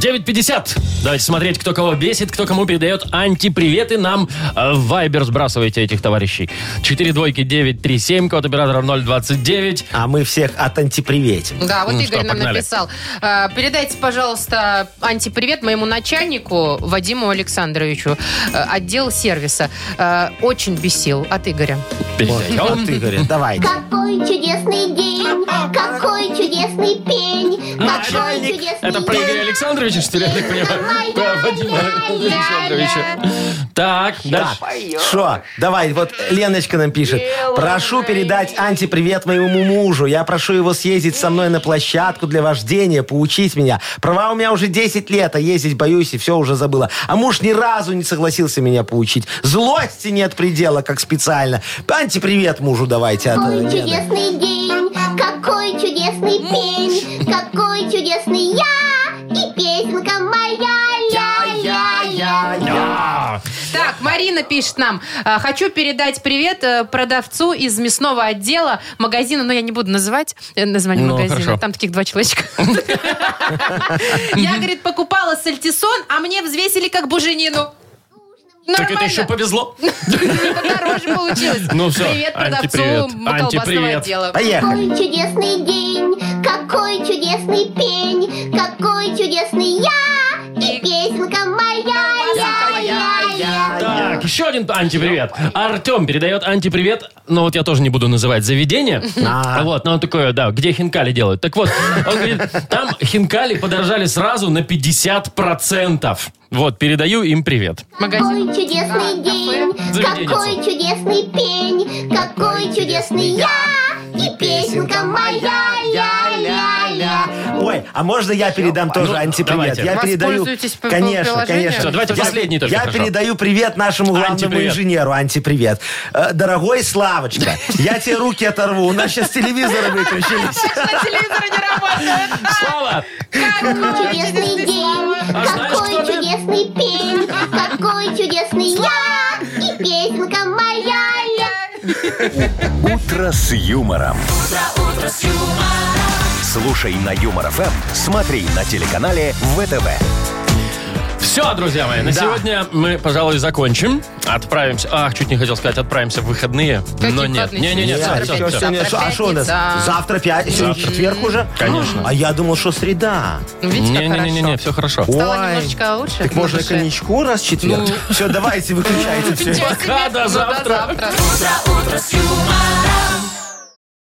Speaker 1: 9.50. Давайте смотреть, кто кого бесит, кто кому передает антиприветы. Нам э, в Вайбер сбрасывайте этих товарищей. 4 двойки 937, код оператора 029.
Speaker 3: А мы всех от антиприветим.
Speaker 2: (laughs) Да, вот
Speaker 1: Ну
Speaker 2: Игорь
Speaker 1: что,
Speaker 2: нам
Speaker 1: погнали.
Speaker 2: написал. Э, Передайте, пожалуйста, антипривет моему начальнику Вадиму Александровичу, э, отдел сервиса. Э, Очень бесил от Игоря.
Speaker 1: Передаем.
Speaker 3: Вот а ты, Игорь, давай.
Speaker 9: Какой чудесный день, какой чудесный пень, какой
Speaker 1: Начальник.
Speaker 9: чудесный
Speaker 1: Это про Игоря
Speaker 9: день.
Speaker 1: Александровича, что ли, я так понимаю? Про Вадима Александровича. Так, дальше.
Speaker 3: Что? Давай, вот Леночка нам пишет. Прошу передать антипривет моему мужу. Я прошу его съездить со мной на площадку для вождения, поучить меня. Права у меня уже 10 лет, а ездить боюсь и все уже забыла. А муж ни разу не согласился меня поучить. Злости нет предела, как специально. Антипривет мужу давайте. От,
Speaker 9: Какой
Speaker 3: э, Лены.
Speaker 9: чудесный день, какой чудесный пень, какой чудесный я и песенка моя ля-ля-ля.
Speaker 2: Так, Марина пишет нам. э, Хочу передать привет э, продавцу из мясного отдела магазина, но я не буду называть э, название
Speaker 1: Ну,
Speaker 2: магазина.
Speaker 1: хорошо.
Speaker 2: Там таких два человечка. Я, говорит, покупала сальтисон, а мне взвесили как буженину.
Speaker 1: Так это
Speaker 2: Нормально. (laughs)
Speaker 1: еще (laughs) повезло.
Speaker 2: Подороже получилось.
Speaker 1: Ну всё,
Speaker 2: Привет продавцу
Speaker 1: антипривет,
Speaker 2: колбасного
Speaker 1: антипривет.
Speaker 2: отдела.
Speaker 3: Поехали.
Speaker 9: Какой чудесный день, какой чудесный пень, какой чудесный я и песенка моя ля-ля-ля.
Speaker 1: Так, еще один антипривет. Артем передает антипривет, но вот я тоже не буду называть (laughs) заведение.
Speaker 3: А.
Speaker 1: Вот, но он такое, да, где хинкали делают. Так вот, он говорит, там хинкали подорожали сразу на 50%. Вот, передаю им привет.
Speaker 2: Магазин.
Speaker 9: Какой чудесный
Speaker 2: Да,
Speaker 9: день,
Speaker 1: Заведение.
Speaker 9: какой чудесный пень, какой чудесный я и песенка моя ля-ля-ля.
Speaker 3: Ой, а можно я передам тоже
Speaker 1: Ну,
Speaker 3: антипривет?
Speaker 1: давайте.
Speaker 3: Я передаю,
Speaker 2: Воспользуйтесь п-
Speaker 3: конечно,
Speaker 2: приложением.
Speaker 3: конечно.
Speaker 1: Всё, давайте
Speaker 3: Я-
Speaker 1: последний только,
Speaker 3: Я
Speaker 1: хорошо.
Speaker 3: передаю привет нашему главному
Speaker 1: Антипривет.
Speaker 3: инженеру. Антипривет. Э, Дорогой Славочка, я тебе руки оторву. У нас сейчас телевизоры выключились.
Speaker 2: Телевизор не работает.
Speaker 1: Слава!
Speaker 9: Какой чудесный день,
Speaker 1: А знаешь,
Speaker 9: какой
Speaker 1: кто ты?
Speaker 9: чудесный пень, какой чудесный я и песенка моя ля.
Speaker 4: Утро с юмором. Слушай на Юмор ФМ, смотри на телеканале ВТВ.
Speaker 1: Все, друзья мои, на
Speaker 3: Да.
Speaker 1: сегодня мы, пожалуй, закончим. Отправимся. Ах, чуть не хотел сказать, отправимся в выходные.
Speaker 2: Какие
Speaker 1: но нет.
Speaker 2: выходные?
Speaker 1: Не-не-не,
Speaker 2: Нет,
Speaker 1: всё,
Speaker 3: Я
Speaker 1: всё,
Speaker 3: всё
Speaker 1: всё.
Speaker 3: сегодня-
Speaker 2: Завтра
Speaker 3: А что у нас?
Speaker 2: пятница.
Speaker 3: Завтра пятница. Сегодня четверг уже?
Speaker 1: Конечно.
Speaker 3: А я думал, что среда.
Speaker 2: Ну, Видите, как
Speaker 1: Не-не-не,
Speaker 2: хорошо.
Speaker 1: все хорошо.
Speaker 2: Стало
Speaker 3: Ой.
Speaker 2: немножечко Ну. лучше.
Speaker 3: Так
Speaker 2: на
Speaker 3: можно
Speaker 2: душе.
Speaker 3: коньячку раз в четверг? Все, давайте, выключайте все.
Speaker 2: Ничего себе.
Speaker 1: Пока, до
Speaker 2: Ну,
Speaker 1: завтра.
Speaker 2: завтра.
Speaker 10: Утро, утро с юмором.